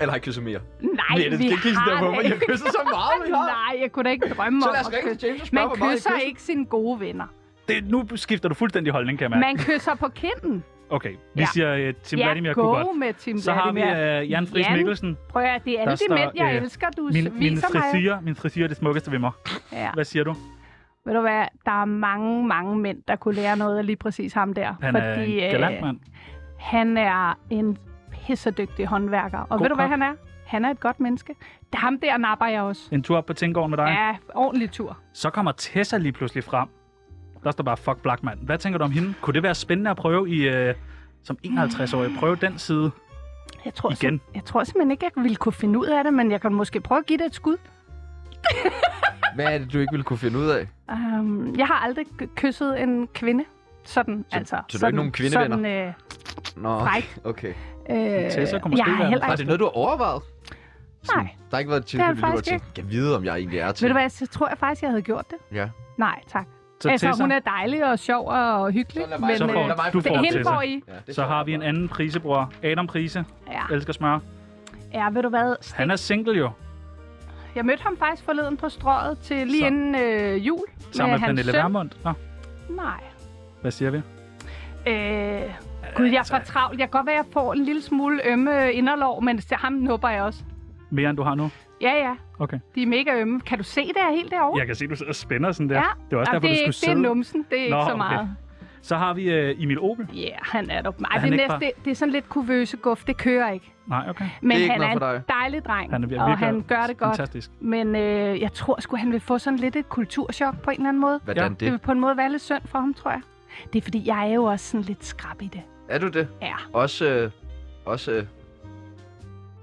Speaker 1: Eller har I kysset mere?
Speaker 3: Nej,
Speaker 1: Mette,
Speaker 3: vi
Speaker 1: skal ikke kigge
Speaker 3: har
Speaker 1: på mig.
Speaker 3: det
Speaker 1: Jeg kysser så meget, vi har.
Speaker 3: Nej, jeg kunne da ikke drømme
Speaker 1: Så
Speaker 3: om
Speaker 1: lad os
Speaker 3: at
Speaker 1: ringe til
Speaker 3: kysse.
Speaker 1: James og spørge,
Speaker 3: Man
Speaker 1: hvor meget I
Speaker 3: kysser
Speaker 1: kysser.
Speaker 3: ikke sine gode venner.
Speaker 4: Det, nu skifter du fuldstændig holdning, kan jeg mærke.
Speaker 3: Man kysser på kinden.
Speaker 4: Okay, vi
Speaker 3: Ja.
Speaker 4: siger uh, Tim
Speaker 3: ja,
Speaker 4: Vladimir
Speaker 3: go
Speaker 4: kunne godt.
Speaker 3: med Tim
Speaker 4: Så har vi
Speaker 3: Vladimir.
Speaker 4: uh, Jan Friis
Speaker 3: Jan,
Speaker 4: Mikkelsen.
Speaker 3: Prøv at høre, det er alle
Speaker 4: Der
Speaker 3: de
Speaker 4: står,
Speaker 3: mænd, jeg
Speaker 4: øh,
Speaker 3: elsker, du
Speaker 4: Min, min,
Speaker 3: viser mig.
Speaker 4: frisyr, min frisyr er det smukkeste ved mig.
Speaker 3: Ja.
Speaker 4: Hvad siger du?
Speaker 3: Ved du hvad, der er mange, mange mænd, der kunne lære noget af lige præcis ham der.
Speaker 4: Han er en
Speaker 3: øh,
Speaker 4: galant mand.
Speaker 3: han er en pissedygtig håndværker. Og
Speaker 4: God
Speaker 3: ved du, hvad
Speaker 4: kok.
Speaker 3: han er? Han er et godt menneske. Der- Ham der napper jeg også.
Speaker 4: En tur op på Tingården med dig.
Speaker 3: Ja, ordentlig tur.
Speaker 4: Så kommer Tessa lige pludselig frem. Der står bare, fuck Blackman. Hvad tænker du om hende? Kunne det være spændende at prøve i, øh, som 51-årig? Prøve den side.
Speaker 3: Jeg tror,
Speaker 4: Igen.
Speaker 3: sim- jeg tror simpelthen ikke, jeg ville kunne finde ud af det, men jeg kan måske prøve at give det et skud.
Speaker 1: Hvad er det, du ikke ville kunne finde ud af?
Speaker 3: Um, jeg har aldrig k- kysset en kvinde. Sådan,
Speaker 1: Så-
Speaker 3: altså.
Speaker 1: så du er
Speaker 3: sådan,
Speaker 1: ikke nogen kvindevenner?
Speaker 3: Sådan, øh,
Speaker 1: Nå,
Speaker 3: fræk.
Speaker 1: okay.
Speaker 3: øh,
Speaker 4: Tessa kunne måske
Speaker 3: jeg har
Speaker 4: være-
Speaker 3: heller
Speaker 1: Var
Speaker 3: ikke...
Speaker 1: det noget, du har overvejet?
Speaker 3: Nej.
Speaker 1: Der har ikke været et
Speaker 3: har
Speaker 1: tilfælde,
Speaker 3: jeg
Speaker 1: hvor du har
Speaker 3: faktisk
Speaker 1: tænkt, kan vide, om jeg egentlig er til.
Speaker 3: Ved du hvad, så tror jeg faktisk, jeg havde gjort det.
Speaker 1: Ja.
Speaker 3: Nej, tak.
Speaker 4: Så,
Speaker 3: altså,
Speaker 4: Tessa,
Speaker 3: hun er dejlig og sjov og hyggelig.
Speaker 1: Så lad mig-
Speaker 4: så
Speaker 1: Men,
Speaker 4: får,
Speaker 1: øh, lad mig
Speaker 4: du
Speaker 1: få-
Speaker 4: får
Speaker 3: det, hende
Speaker 4: Tessa.
Speaker 3: får I.
Speaker 1: Ja, det
Speaker 4: Så
Speaker 1: tror
Speaker 4: har
Speaker 1: jeg
Speaker 4: vi en
Speaker 1: bare.
Speaker 4: anden prisebror. Adam Prise.
Speaker 3: Ja.
Speaker 4: Elsker smør.
Speaker 3: ja, ved du hvad?
Speaker 4: Han er single jo.
Speaker 3: Jeg mødte ham faktisk forleden på strøget til lige
Speaker 4: Så-
Speaker 3: så. inden øh, jul.
Speaker 4: Sammen med,
Speaker 3: hans
Speaker 4: Pernille
Speaker 3: søn.
Speaker 4: Vermund. Nå,
Speaker 3: Nej.
Speaker 4: hvad siger vi?
Speaker 3: Øh, gud, jeg er for
Speaker 4: altså-
Speaker 3: travlt. Jeg kan godt være, at jeg får en lille smule ømme inderlov, men til ham nupper jeg også.
Speaker 4: Mere end du har nu?
Speaker 3: Ja, ja.
Speaker 4: Okay.
Speaker 3: De er mega ømme. Kan du se det her helt derovre?
Speaker 4: Jeg kan se, du sidder og spænder sådan der.
Speaker 3: Ja.
Speaker 4: Det er også
Speaker 3: Jamen,
Speaker 4: derfor,
Speaker 3: det, er
Speaker 4: du
Speaker 3: ikke,
Speaker 4: skulle
Speaker 3: det er
Speaker 4: sidde.
Speaker 3: numsen. Det er
Speaker 4: Nå,
Speaker 3: ikke så
Speaker 4: okay.
Speaker 3: meget.
Speaker 4: Så har vi øh, Emil Opel.
Speaker 3: Ja, yeah, han er dog... Ej,
Speaker 4: han
Speaker 3: det,
Speaker 4: ikke
Speaker 3: næste, det er sådan lidt kuvøse guf. Det kører ikke.
Speaker 4: Nej, okay.
Speaker 3: Men
Speaker 1: ikke
Speaker 3: han
Speaker 1: noget
Speaker 3: er
Speaker 1: for
Speaker 3: en
Speaker 1: dig.
Speaker 3: dejlig dreng,
Speaker 4: Han er virkelig
Speaker 3: og han gør det godt.
Speaker 4: Fantastisk.
Speaker 3: Men øh, jeg tror sgu, han vil få sådan lidt et kulturschok på en eller anden måde.
Speaker 1: Hvordan
Speaker 4: Ja.
Speaker 1: ja.
Speaker 3: Det vil
Speaker 1: det?
Speaker 3: på en måde være lidt synd for ham, tror jeg. Det er fordi, jeg er jo også sådan lidt skrab i det.
Speaker 1: Er du det?
Speaker 3: Ja.
Speaker 1: Også, øh, også, øh,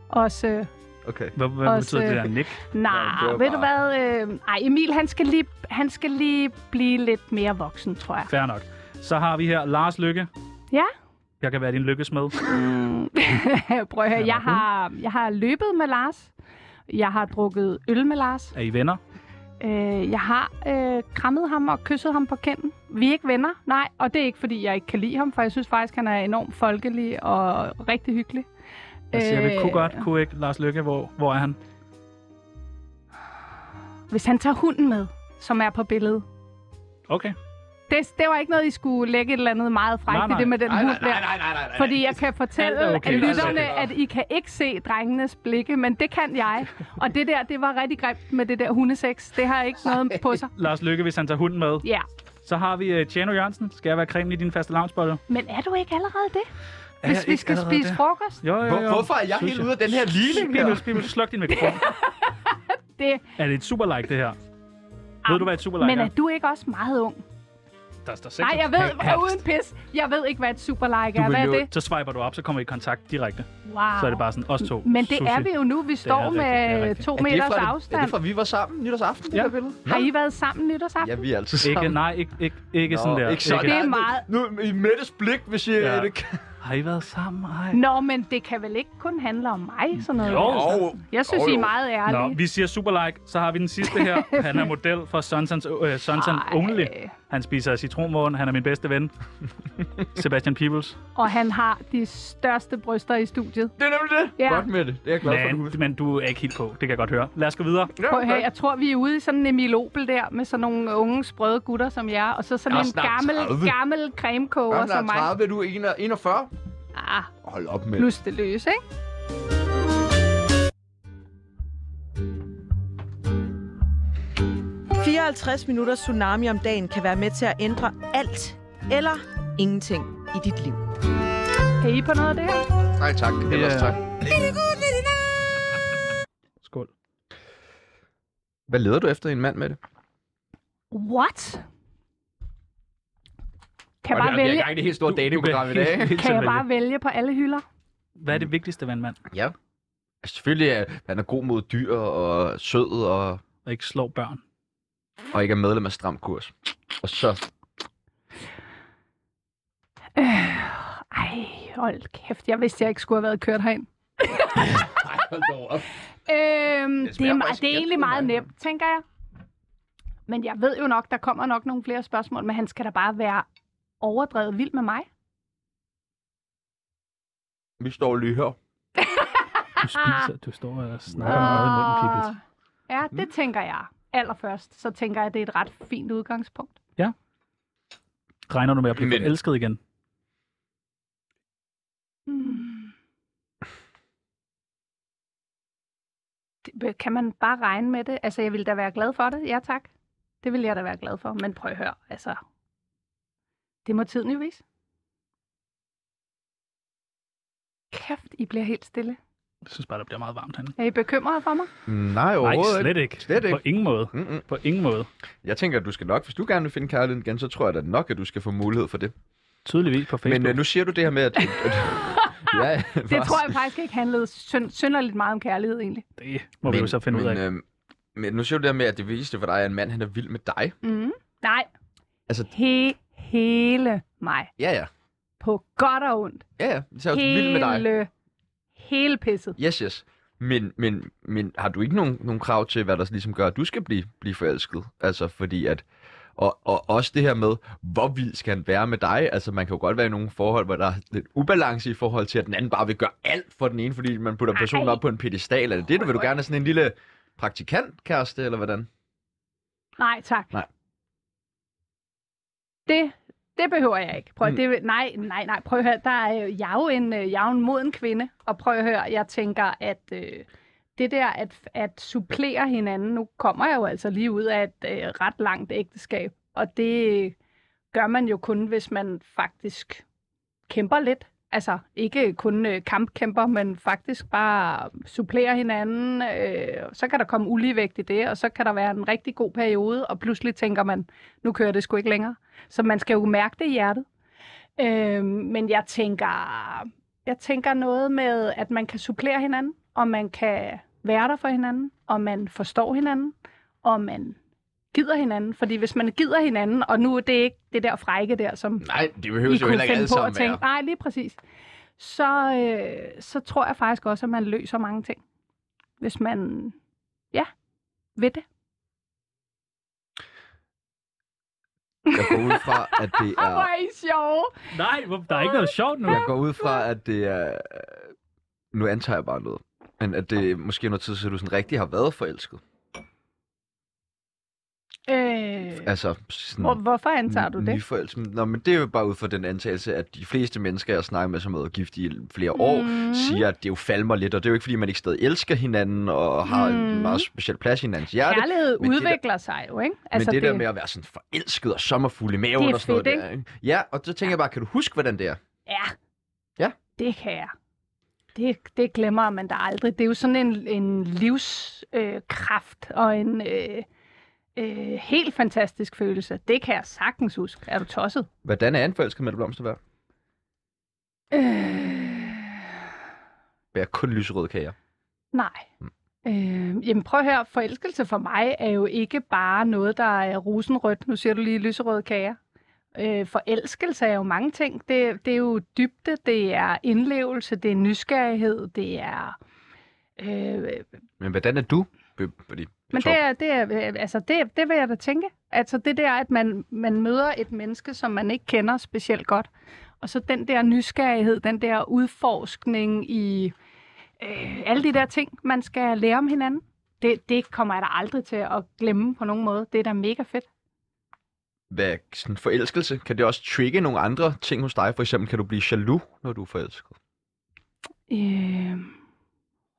Speaker 3: Også, øh,
Speaker 1: okay.
Speaker 4: Hvad, hvad
Speaker 3: Også, øh,
Speaker 4: betyder det der Nick?
Speaker 3: nej,
Speaker 1: Nå, det var
Speaker 3: ved du
Speaker 1: bare-
Speaker 3: hvad? Øh, ej, Emil, han skal, lige, han skal lige blive lidt mere voksen, tror jeg.
Speaker 4: Fair nok. Så har vi her Lars Lykke.
Speaker 3: Ja.
Speaker 4: Jeg kan være din lykkesmed.
Speaker 3: *laughs* Prøv at høre, jeg har, jeg har løbet med Lars. Jeg har drukket øl med Lars.
Speaker 4: Er I venner?
Speaker 3: Øh, jeg har øh, krammet ham og kysset ham på kinden. Vi er ikke venner, nej. Og det er ikke, fordi jeg ikke kan lide ham, for jeg synes faktisk, han er enormt folkelig og rigtig hyggelig. Øh,
Speaker 4: Jeg siger, vi kunne godt, kunne ikke. Lars Lykke, hvor, hvor er han?
Speaker 3: Hvis han tager hunden med, som er på billedet.
Speaker 4: Okay.
Speaker 3: Det, det var ikke noget, I skulle lægge et eller andet meget
Speaker 4: Nej,
Speaker 3: frækt i
Speaker 4: nej.
Speaker 3: det med den
Speaker 1: Nej,
Speaker 3: hund
Speaker 1: nej, nej,
Speaker 3: der.
Speaker 1: nej, nej, nej, nej.
Speaker 3: Fordi jeg kan fortælle
Speaker 4: okay,
Speaker 3: okay,
Speaker 4: altså,
Speaker 3: lytterne,
Speaker 1: det var-
Speaker 3: at I kan ikke se drengenes blikke, men det kan jeg. Og det der, det var rigtig grimt med det der hundesex. Det har ikke noget på sig.
Speaker 4: Lars Lykke, hvis han tager hunden med.
Speaker 3: Ja,
Speaker 4: Så har vi uh, Tjano Jørgensen. Skal jeg være cremen i din faste lounge
Speaker 3: men er du ikke allerede det?
Speaker 4: jeg
Speaker 3: Hvis vi
Speaker 4: ikke
Speaker 3: skal
Speaker 4: allerede
Speaker 3: spise
Speaker 4: det?
Speaker 3: frokost?
Speaker 4: Jo, jo, jo.
Speaker 1: Hvor, hvorfor er jeg
Speaker 4: Synes
Speaker 1: helt ude af den her ligning her?
Speaker 4: Bibel, Bibel, sluk
Speaker 1: *laughs*
Speaker 4: din mikrofon.
Speaker 3: det
Speaker 4: er det et super like, det her? Ved du, hvad et super like
Speaker 3: men
Speaker 4: er?
Speaker 3: er du ikke også meget ung?
Speaker 4: Der står seks.
Speaker 3: Nej, jeg ved, uden pis, jeg ved ikke, hvad et superlike
Speaker 4: du
Speaker 3: er. Hvad er
Speaker 4: vil jo,
Speaker 3: det?
Speaker 4: så swiper du op, så kommer I i kontakt direkte.
Speaker 3: Wow.
Speaker 4: Så er det bare sådan, os to.
Speaker 3: Men det
Speaker 4: sushi.
Speaker 3: er vi jo nu. Vi
Speaker 4: er
Speaker 3: står
Speaker 4: rigtigt, det er
Speaker 3: med
Speaker 4: rigtigt.
Speaker 3: to
Speaker 1: Er det, fra,
Speaker 3: meters
Speaker 1: det, er det
Speaker 3: afstand.
Speaker 1: fra, vi var sammen nytårsaften, det
Speaker 4: Ja.
Speaker 1: ja. der billede?
Speaker 3: Har I været sammen
Speaker 1: Ja,
Speaker 3: nytårsaften?
Speaker 1: vi er altid sammen.
Speaker 4: Ikke, nej, ikke, ikke, ikke
Speaker 1: Nå,
Speaker 4: sådan der.
Speaker 1: Ikke sådan.
Speaker 3: Det er meget-
Speaker 1: Nu, i Mettes blik, hvis jeg...
Speaker 4: Ja.
Speaker 1: Ja. Det kan.
Speaker 4: Har I været sammen? Ej.
Speaker 3: *laughs* Nå, men det kan vel ikke kun handle om mig, sådan noget. Altså,
Speaker 4: Jo.
Speaker 1: Jo.
Speaker 3: Jeg synes,
Speaker 1: Jo,
Speaker 3: I
Speaker 1: jo.
Speaker 3: er meget ærlige.
Speaker 4: Nå, vi siger super like. Så har vi den sidste
Speaker 3: *laughs*
Speaker 4: her. Han er model for Sunsen's, øh, Sunsen
Speaker 3: Ej.
Speaker 4: Only. Han spiser citronvågen. Han er min bedste
Speaker 3: *laughs*
Speaker 4: ven. Sebastian Peebles.
Speaker 3: Og han har de største bryster i studiet.
Speaker 1: Det er nemlig det.
Speaker 3: Ja.
Speaker 1: Godt med det. Det er jeg glad for, du
Speaker 4: Men,
Speaker 1: husker.
Speaker 4: men du er ikke helt på. Det kan jeg godt høre. Lad os gå videre.
Speaker 1: Ja,
Speaker 3: Prøv at høre,
Speaker 1: tak.
Speaker 3: jeg tror, vi er ude i sådan en Emil Opel der, med sådan nogle unge, sprøde gutter som jer, og så sådan
Speaker 1: Jeg er
Speaker 3: en
Speaker 1: snart
Speaker 3: gammel,
Speaker 1: 30.
Speaker 3: gammel cremekoger
Speaker 1: Jamen, der
Speaker 3: som
Speaker 1: er
Speaker 3: mig.
Speaker 1: 30, du er 41.
Speaker 3: Ah,
Speaker 1: Hold op med det.
Speaker 3: lusteløs, ikke?
Speaker 5: Nå. 54 minutter tsunami om dagen kan være med til at ændre alt eller ingenting i dit liv.
Speaker 3: Kan I på noget af det her?
Speaker 1: Nej, tak. Ellers
Speaker 4: Ja.
Speaker 1: tak.
Speaker 4: Skål.
Speaker 1: Hvad leder du efter i en mand med det?
Speaker 3: What? Kan jeg
Speaker 1: Og
Speaker 3: bare
Speaker 1: det er- Vi er i
Speaker 3: vælge,
Speaker 1: gang i det helt store
Speaker 4: *laughs*
Speaker 1: datingprogram i dag. ikke?
Speaker 3: *laughs* kan jeg bare vælge på alle hylder?
Speaker 4: Hvad er det vigtigste ved en mand?
Speaker 1: Ja. Altså, Selvfølgelig er han er god mod dyr og sød og,
Speaker 4: Og ikke slå børn.
Speaker 1: og ikke er medlem af stram kurs. Og så...
Speaker 3: Ej, hold kæft. Jeg vidste, jeg ikke skulle have været kørt herind.
Speaker 1: Nej, hold dog op.
Speaker 3: Øhm, det,
Speaker 1: smager
Speaker 3: er, meget,
Speaker 1: faktisk
Speaker 3: det er
Speaker 1: ikke
Speaker 3: egentlig
Speaker 1: af
Speaker 3: meget
Speaker 1: tomater.
Speaker 3: nemt, tænker jeg. Men jeg ved jo nok, der kommer nok nogle flere spørgsmål, men han skal da bare være overdrevet vild med mig.
Speaker 1: Vi står lige her.
Speaker 3: Ah.
Speaker 4: Du spiser, du står og snakker ah. meget i munden, Mm. Pibbles.
Speaker 3: Ja, det tænker jeg. Allerførst, så tænker jeg, det er et ret fint udgangspunkt.
Speaker 4: Regner du med at blive
Speaker 1: Men-
Speaker 4: forelsket igen?
Speaker 3: Hmm. Det- Kan man bare regne med det? Altså, jeg ville da være glad for det. Ja, tak. Det ville jeg da være glad for. Men prøv at høre, altså. Det må tiden jo vise. Kæft, I bliver helt stille.
Speaker 4: Jeg synes bare, det bliver meget varmt herinde.
Speaker 3: Er I bekymrede for mig?
Speaker 1: Nej,
Speaker 4: Nej,
Speaker 1: overhovedet
Speaker 4: slet ikke.
Speaker 1: Slet ikke.
Speaker 4: På ingen måde.
Speaker 1: Mm-mm.
Speaker 4: På ingen måde.
Speaker 1: Jeg tænker, at du skal nok, hvis du gerne vil finde kærligheden igen, så tror jeg da nok, at du skal få mulighed for det.
Speaker 4: Tydeligvis på Facebook.
Speaker 1: Men øh, nu siger du det her med, at... at
Speaker 4: *laughs*
Speaker 1: ja,
Speaker 3: Det tror jeg faktisk ikke handlede synd- synderligt meget om kærlighed, egentlig.
Speaker 4: Det må men, vi jo så finde
Speaker 1: men,
Speaker 4: ud af.
Speaker 1: Øh, men nu siger du det her med, at det vigtigste for dig er en mand, han er vild med dig.
Speaker 3: Mm. Nej.
Speaker 1: Altså-
Speaker 3: He- hele mig.
Speaker 1: Ja, ja.
Speaker 3: På godt og ondt.
Speaker 1: Ja, ja. Det er også vild med dig.
Speaker 3: Hele, hele pisset.
Speaker 1: Yes, yes. Men, men, men har du ikke nogen, nogen krav til, hvad der ligesom gør, at du skal blive, blive forelsket? Altså fordi at... Og, og også det her med, hvor vild skal han være med dig? Altså man kan jo godt være i nogle forhold, hvor der er lidt ubalance i forhold til, at den anden bare vil gøre alt for den ene, fordi man putter personen
Speaker 3: Ej.
Speaker 1: op på en pedestal. Er det det, du vil du gerne have sådan en lille praktikantkæreste, eller hvordan?
Speaker 3: Nej, tak.
Speaker 1: Nej.
Speaker 3: Det, det behøver jeg ikke. Prøv,
Speaker 1: Mm.
Speaker 3: mm. det, nej, nej, nej. Prøv at høre. Der er, jo- jeg, er jo en, øh, jeg er jo en moden kvinde, og prøv at høre, jeg tænker, at øh, det der at, at supplere hinanden, nu kommer jeg jo altså lige ud af et øh, ret langt ægteskab, og det øh, gør man jo kun, hvis man faktisk kæmper lidt. Altså ikke kun øh, kampkæmper, men faktisk bare supplerer hinanden. Øh, så kan der komme uligevægt i det, og så kan der være en rigtig god periode, og pludselig tænker man, nu kører det sgu ikke længere. Så man skal jo mærke det i hjertet. Øh, men jeg tænker, jeg tænker noget med, at man kan supplere hinanden, og man kan være der for hinanden, og man forstår hinanden, og man gider hinanden. Fordi hvis man gider hinanden, og nu er det ikke det der frække der, som
Speaker 1: Nej, det behøver jo heller ikke alle sammen være.
Speaker 3: nej, lige præcis. Så, øh, så tror jeg faktisk også, at man løser mange ting, hvis man, ja, ved det.
Speaker 1: Jeg går ud fra, at det
Speaker 3: Åh, hvor
Speaker 1: er...
Speaker 3: er I sjove.
Speaker 4: Nej, hvor- der er ikke noget sjovt nu.
Speaker 1: Jeg går ud fra, at det er... Nu antager jeg bare noget. Men at det måske er noget tid, så du sådan rigtig har været forelsket.
Speaker 3: Øh,
Speaker 1: Altså, sådan...
Speaker 3: hvor, hvorfor antager du det?
Speaker 1: Nyforelsket. Nå, men det er jo bare ud fra den antagelse, at de fleste mennesker, jeg snakker med, som har været gift i flere år,
Speaker 3: Mm.
Speaker 1: mm. siger, at det jo falmer lidt. Og det er jo ikke, fordi man ikke stadig elsker hinanden og har mm.
Speaker 3: Mm.
Speaker 1: en meget speciel plads i hinandens hjerte.
Speaker 3: Kærlighed
Speaker 1: men det der-
Speaker 3: udvikler sig jo, ikke?
Speaker 1: Altså men det, det der med at være sådan forelsket og sommerfuld i maven
Speaker 3: Det er
Speaker 1: og sådan
Speaker 3: fedt,
Speaker 1: noget der, ikke? Ja, og så tænker jeg bare, kan du huske, hvordan det er?
Speaker 3: Ja.
Speaker 1: Ja.
Speaker 3: Det kan jeg. Det, det glemmer man da aldrig. Det er jo sådan en, en livskraft øh, kraft og en, øh, øh, helt fantastisk følelse. Det kan jeg sagtens huske. Er du tosset?
Speaker 1: Hvordan er en forelsket Mette Blomster værd?
Speaker 3: Øh,
Speaker 1: Bærer kun lyserøde kager.
Speaker 3: Nej. Øh, jamen prøv at høre, forelskelse for mig er jo ikke bare noget, der er rosenrødt. Nu siger du lige lyserøde kager. Øh, forelskelse er jo mange ting. Det, det er jo dybde, det er indlevelse, det er nysgerrighed, det er... Øh,
Speaker 1: Men hvordan er du? Bøb, Fordi
Speaker 3: men det, er, det, er, øh, altså det, det vil jeg da tænke. Altså det der, at man, man møder et menneske, som man ikke kender specielt godt. Og så den der nysgerrighed, den der udforskning i øh, alle de der ting, man skal lære om hinanden. Det, det kommer jeg da aldrig til at glemme på nogen måde. Det er da mega fedt.
Speaker 1: hvad, sådan forelskelse, kan det også trigge nogle andre ting hos dig? For eksempel, kan du blive jaloux, når du er forelsket?
Speaker 3: Øh,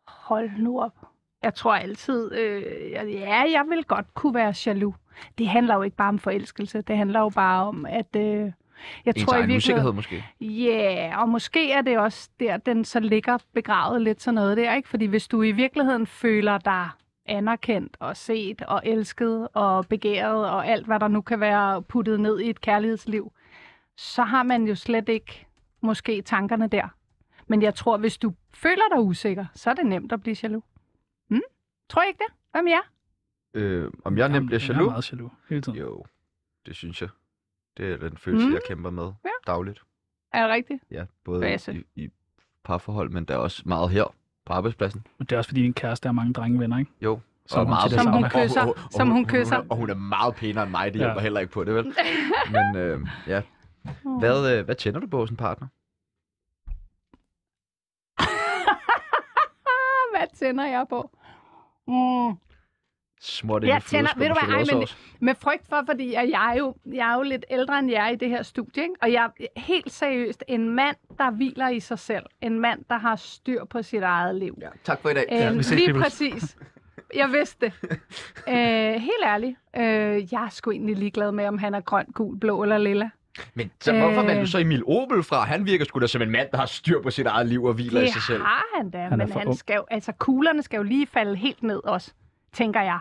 Speaker 3: hold nu op. Jeg tror altid, øh, jeg- ja, jeg vil godt kunne være jaloux. Det handler jo ikke bare om forelskelse. Det handler jo bare om, at øh, jeg
Speaker 1: Ens
Speaker 3: tror i
Speaker 1: egen
Speaker 3: virkeligheden...
Speaker 1: usikkerhed måske.
Speaker 3: Ja, yeah, og måske er det også der, den så ligger begravet lidt sådan noget der, ikke? Fordi hvis du i virkeligheden føler dig anerkendt og set og elsket og begæret og alt, hvad der nu kan være puttet ned i et kærlighedsliv, så har man jo slet ikke måske tankerne der. Men jeg tror, hvis du føler dig usikker, så er det nemt at blive jaloux. Mm? Tror I ikke det? Hvem er?
Speaker 1: Øh, om jeg nemt bliver
Speaker 4: Jamen, Jeg er
Speaker 1: jaloux?
Speaker 4: meget jaloux hele tiden.
Speaker 1: Jo, det synes jeg. Det er den følelse,
Speaker 3: Mm.
Speaker 1: jeg kæmper med
Speaker 3: Ja.
Speaker 1: dagligt.
Speaker 3: Er det rigtigt?
Speaker 1: Ja, både
Speaker 3: Basse.
Speaker 1: i, i parforhold, men der er også meget her på arbejdspladsen.
Speaker 4: Men det er også fordi, din kæreste har mange drengevenner, ikke?
Speaker 1: Jo,
Speaker 4: Som hun til
Speaker 3: Som
Speaker 4: det
Speaker 3: hun
Speaker 4: samme.
Speaker 3: kysser. Som hun kysser.
Speaker 1: Og, og hun er meget pænere end mig, det
Speaker 4: Ja.
Speaker 1: hjælper heller ikke på
Speaker 3: *laughs*
Speaker 1: det, vel? Men øh, ja.
Speaker 3: Mm.
Speaker 1: Hvad, øh, hvad tænder du på hos en partner?
Speaker 3: Ah, Hvad tænder jeg på? Mm.
Speaker 1: Småt
Speaker 3: Jeg
Speaker 1: ja,
Speaker 3: tænder-
Speaker 1: tænder, ved du hvad, ej, men...
Speaker 3: Med frygt for, fordi at jeg er jo, jeg er jo lidt ældre end jer i det her studie, ikke? og jeg er helt seriøst en mand, der hviler i sig selv. En mand, der har styr på sit eget liv.
Speaker 1: Ja, tak for i dag.
Speaker 4: Ja,
Speaker 3: Øhm,
Speaker 4: vi ses,
Speaker 3: lige
Speaker 4: Pibels.
Speaker 3: præcis. Jeg
Speaker 4: *laughs*
Speaker 3: vidste det. Øh, helt ærligt, øh, jeg er sgu egentlig ligeglad med, om han er grøn, gul, blå eller lilla.
Speaker 1: Men så hvorfor
Speaker 3: Øh.
Speaker 1: valgte du så Emil Obel fra? Han virker sgu da som en mand, der har styr på sit eget liv og hviler i sig selv.
Speaker 3: Det har han da,
Speaker 4: er
Speaker 3: han men
Speaker 4: for
Speaker 3: han
Speaker 4: ung.
Speaker 3: skal jo, altså, kuglerne skal jo lige falde helt ned også, tænker jeg.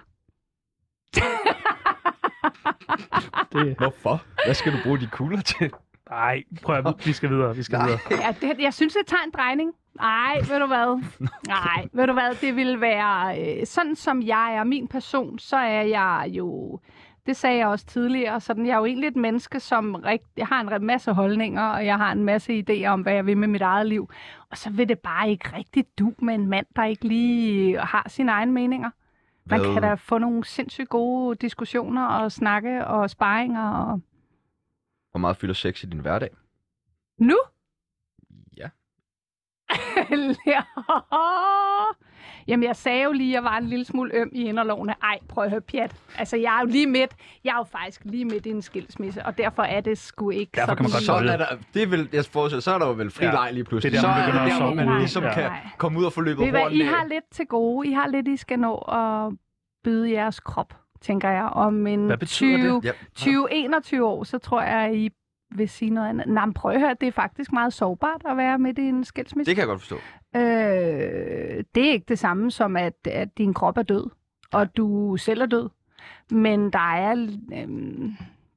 Speaker 4: Det...
Speaker 1: *laughs* Hvorfor? Hvad skal du bruge de kugler til?
Speaker 4: Nej, prøv at vi skal videre, vi skal
Speaker 1: Nej.
Speaker 4: videre.
Speaker 3: Ja, det, jeg synes, det tager en drejning. Nej, ved du hvad? Nej, ved du hvad? Det ville være... Øh, sådan som jeg er min person, så er jeg jo... Det sagde jeg også tidligere. Sådan, jeg er jo egentlig et menneske, som rigt, jeg har en re- masse holdninger, og jeg har en masse idéer om, hvad jeg vil med mit eget liv. Og så vil det bare ikke rigtig du med en mand, der ikke lige har sine egne meninger. Man
Speaker 1: Hvad-
Speaker 3: kan da få nogle sindssygt gode diskussioner og snakke og sparringer. Og...
Speaker 1: Hvor meget fylder sex i din hverdag?
Speaker 3: Nu
Speaker 1: Ja.
Speaker 3: *laughs* Jamen, jeg sagde jo lige, at jeg var en lille smule øm i inderlovene. Ej, prøv at høre pjat. Altså, jeg er jo lige midt. Jeg er jo faktisk lige midt i en skilsmisse, og derfor er det sgu ikke
Speaker 4: Derfor kan man godt
Speaker 3: lige-
Speaker 1: Sådan er der, det er vel, jeg forestiller, så er der jo vel fri
Speaker 4: Ja.
Speaker 1: ja. leg lige pludselig.
Speaker 4: Det er der,
Speaker 1: så
Speaker 4: man
Speaker 1: er
Speaker 4: begynder
Speaker 1: det
Speaker 4: at
Speaker 1: der, hvor
Speaker 4: sove.
Speaker 1: man ligesom
Speaker 4: Nej,
Speaker 1: kan
Speaker 3: nej.
Speaker 1: komme ud og få løbet
Speaker 3: Ved I hvad,
Speaker 1: rundt.
Speaker 3: I har lidt til gode. I har lidt, I skal nå at byde jeres krop, tænker jeg. Om en
Speaker 4: Hvad betyder det?
Speaker 3: 20,
Speaker 1: Ja.
Speaker 3: 20-21 år, så tror jeg, I vil sige noget andet. Nej, men prøv at høre, det er faktisk meget sårbart at være midt i en skilsmisse.
Speaker 1: Det kan jeg godt forstå.
Speaker 3: Øh, det er ikke det samme som, at, at din krop er død, og du selv er død. Men der er, øh,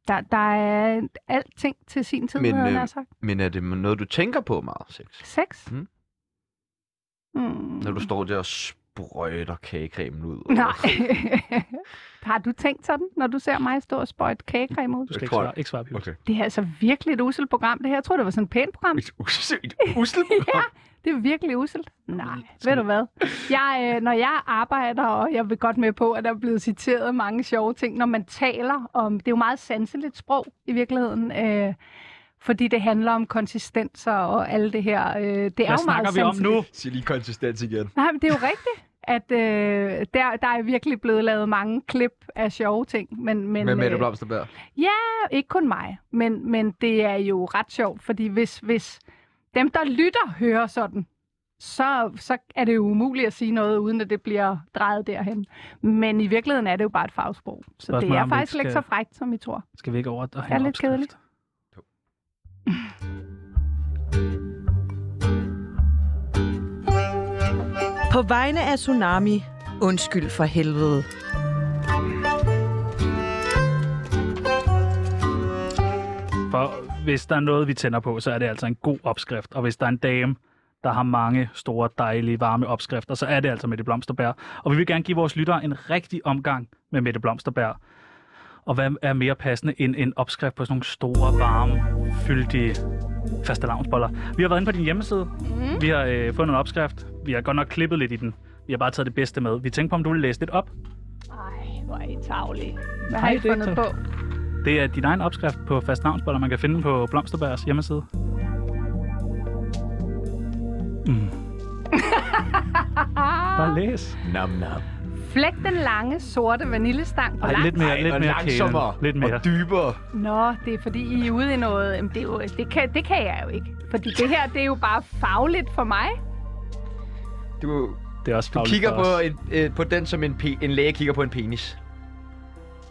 Speaker 3: der, der er alting til sin tid,
Speaker 1: Men,
Speaker 3: Men, havde
Speaker 1: øh,
Speaker 3: øh... sagt.
Speaker 1: Men er det noget, du tænker på meget, sex?
Speaker 3: Sex?
Speaker 1: Mm.
Speaker 3: Mm.
Speaker 1: Når du står der og sprøjter kagecremen ud?
Speaker 3: Nej. *laughs* Har du tænkt sådan, når du ser mig stå og spøjte kagecreme ud?
Speaker 4: Du skal
Speaker 1: Jeg
Speaker 4: ikke
Speaker 1: tror-
Speaker 4: svare, ikke svare Pibels.
Speaker 1: Okay.
Speaker 3: Det er altså virkelig et uselt program, det her. Jeg tror, det var sådan et pænt program.
Speaker 1: Et us- et usselt
Speaker 3: ja, det er virkelig uselt. Nej, ved du hvad? Jeg, øh, når jeg arbejder, og jeg vil godt med på, at der er blevet citeret mange sjove ting, når man taler om, det er jo meget sanseligt sprog i virkeligheden, øh, fordi det handler om konsistenser og alle det her. Øh, det er jo
Speaker 4: Hvad
Speaker 3: meget
Speaker 4: snakker vi om
Speaker 3: sanseligt.
Speaker 4: nu?
Speaker 1: Sig lige konsistens igen.
Speaker 3: Nej, men det er jo rigtigt, at øh, der, der er virkelig blevet lavet mange klip af sjove ting. Men, men,
Speaker 1: Med Mette
Speaker 3: øh,
Speaker 1: Blomsterberg.
Speaker 3: ikke kun mig, men, men det er jo ret sjovt, fordi hvis, hvis dem, der lytter, hører sådan, så, så er det jo umuligt at sige noget, uden at det bliver drejet derhen. Men i virkeligheden er det jo bare et fagsprog. Så
Speaker 4: Spørgsmålet
Speaker 3: det
Speaker 4: er,
Speaker 3: er
Speaker 4: om vi
Speaker 3: faktisk
Speaker 4: ikke
Speaker 3: ikke så
Speaker 4: skal-
Speaker 3: frækt, som I tror.
Speaker 4: Skal vi ikke over og
Speaker 3: er
Speaker 4: have en
Speaker 3: lidt
Speaker 4: opskrift?
Speaker 3: kedeligt.
Speaker 5: På vegne af Tsunami, undskyld for helvede.
Speaker 4: For hvis der er noget, vi tænder på, så er det altså en god opskrift. Og hvis der er en dame, der har mange store, dejlige, varme opskrifter, så er det altså Mette Blomsterbær. Og vi vil gerne give vores lyttere en rigtig omgang med Mette Blomsterbær. Og hvad er mere passende end en opskrift på sådan nogle store, varme, fyldige faste lavnsboller? Vi har været inde på din hjemmeside. Mm. Vi har øh, fundet en opskrift. Vi har godt nok klippet lidt i den. Vi har bare taget det bedste med. Vi tænkte på, om du ville læse lidt op.
Speaker 3: Ej, hvor er I tavlige. Hvad har
Speaker 4: Nej,
Speaker 3: I
Speaker 4: det er
Speaker 3: fundet
Speaker 4: ikke
Speaker 3: på?
Speaker 4: Det er din egen opskrift på fastelavnsboller, man kan finde på Blomsterbærs hjemmeside.
Speaker 3: *laughs*
Speaker 4: Mm. Bare læs.
Speaker 7: Nam, nam.
Speaker 3: Flæk den lange, sorte vaniljestang på
Speaker 4: Ej,
Speaker 3: langs.
Speaker 4: lidt mere,
Speaker 7: Ej,
Speaker 4: lidt
Speaker 7: og
Speaker 4: mere
Speaker 7: langsommere
Speaker 4: kælen. Lidt mere.
Speaker 7: og dybere.
Speaker 3: Nå, det er fordi, I er ude i noget... Jamen, det, er jo, det, kan, det kan jeg jo ikke. Fordi det her, det er jo bare fagligt for mig.
Speaker 1: Du,
Speaker 4: Det er også
Speaker 1: du
Speaker 4: fagligt
Speaker 1: kigger
Speaker 4: for
Speaker 1: på,
Speaker 4: os.
Speaker 1: en, øh, på den, som en, pe- en læge kigger på en penis.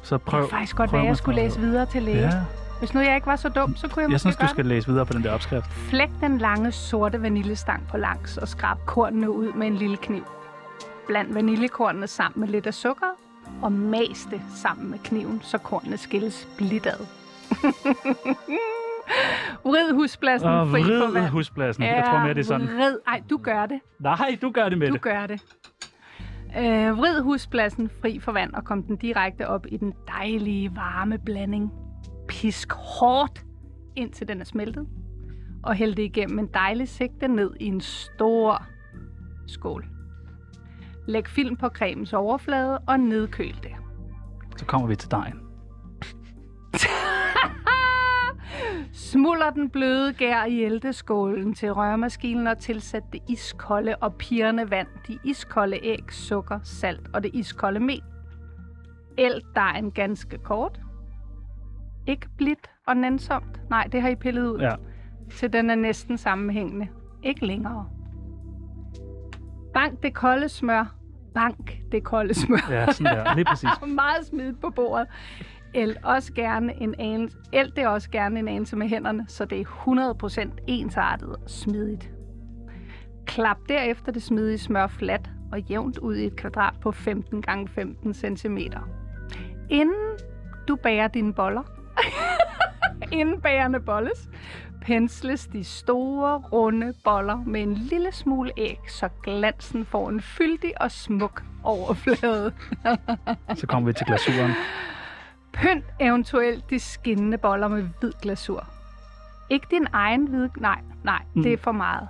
Speaker 4: Så prøv.
Speaker 3: Det er faktisk godt
Speaker 4: prøv
Speaker 3: være, jeg
Speaker 4: med
Speaker 3: skulle
Speaker 4: faglighed.
Speaker 3: læse videre til læge.
Speaker 4: Ja,
Speaker 3: Ja. Hvis nu jeg ikke var så dum, så kunne jeg,
Speaker 4: jeg
Speaker 3: måske
Speaker 4: synes, du
Speaker 3: gøre
Speaker 4: skal læse videre på den der opskrift.
Speaker 3: det. Flæk den lange, sorte vaniljestang på langs og skrab kornene ud med en lille kniv. Bland vaniljekornene sammen med lidt af sukker og mas det sammen med kniven, så kornene skilles blidt ad. *laughs* vrid huspladsen
Speaker 4: Og
Speaker 3: fri for
Speaker 4: vrid
Speaker 3: vand.
Speaker 4: huspladsen. Jeg tror mere, det er sådan.
Speaker 3: Vrid. Ej, du gør det.
Speaker 4: Nej, du gør det med
Speaker 3: Du
Speaker 4: det.
Speaker 3: gør det. Øh, vrid huspladsen fri for vand og kom den direkte op i den dejlige, varme blanding. Pisk hårdt, indtil den er smeltet. Og hæld det igennem en dejlig sigte ned i en stor skål. Læg film på cremens overflade og nedkøl det.
Speaker 4: Så kommer vi til dejen.
Speaker 3: *laughs* Smuller den bløde gær i ældeskålen til rørmaskinen og tilsæt det iskolde og pirrende vand, de iskolde æg, sukker, salt og det iskolde mel. Æld dejen ganske kort. Ikke blidt og nænsomt. Nej, det har I pillet ud.
Speaker 4: Ja.
Speaker 3: Til den er næsten sammenhængende. Ikke længere. Bank det kolde smør. Bank det kolde smør
Speaker 4: Ja, sådan der. Lige præcis.
Speaker 3: *laughs* meget smidigt på bordet. Æld også gerne en anelse, æld det også gerne en anelse med hænderne, så det er 100% ensartet og smidigt. Klap derefter det smidige smør fladt og jævnt ud i et kvadrat på 15 x 15 cm. Inden du bager dine boller, *laughs* inden bagerne bolles, pensles de store, runde boller med en lille smule æg, så glansen får en fyldig og smuk overflade.
Speaker 4: Så kommer vi til glasuren.
Speaker 3: Pynt eventuelt de skinnende boller med hvid glasur. Ikke din egen hvide... Nej, nej, mm. det er for meget.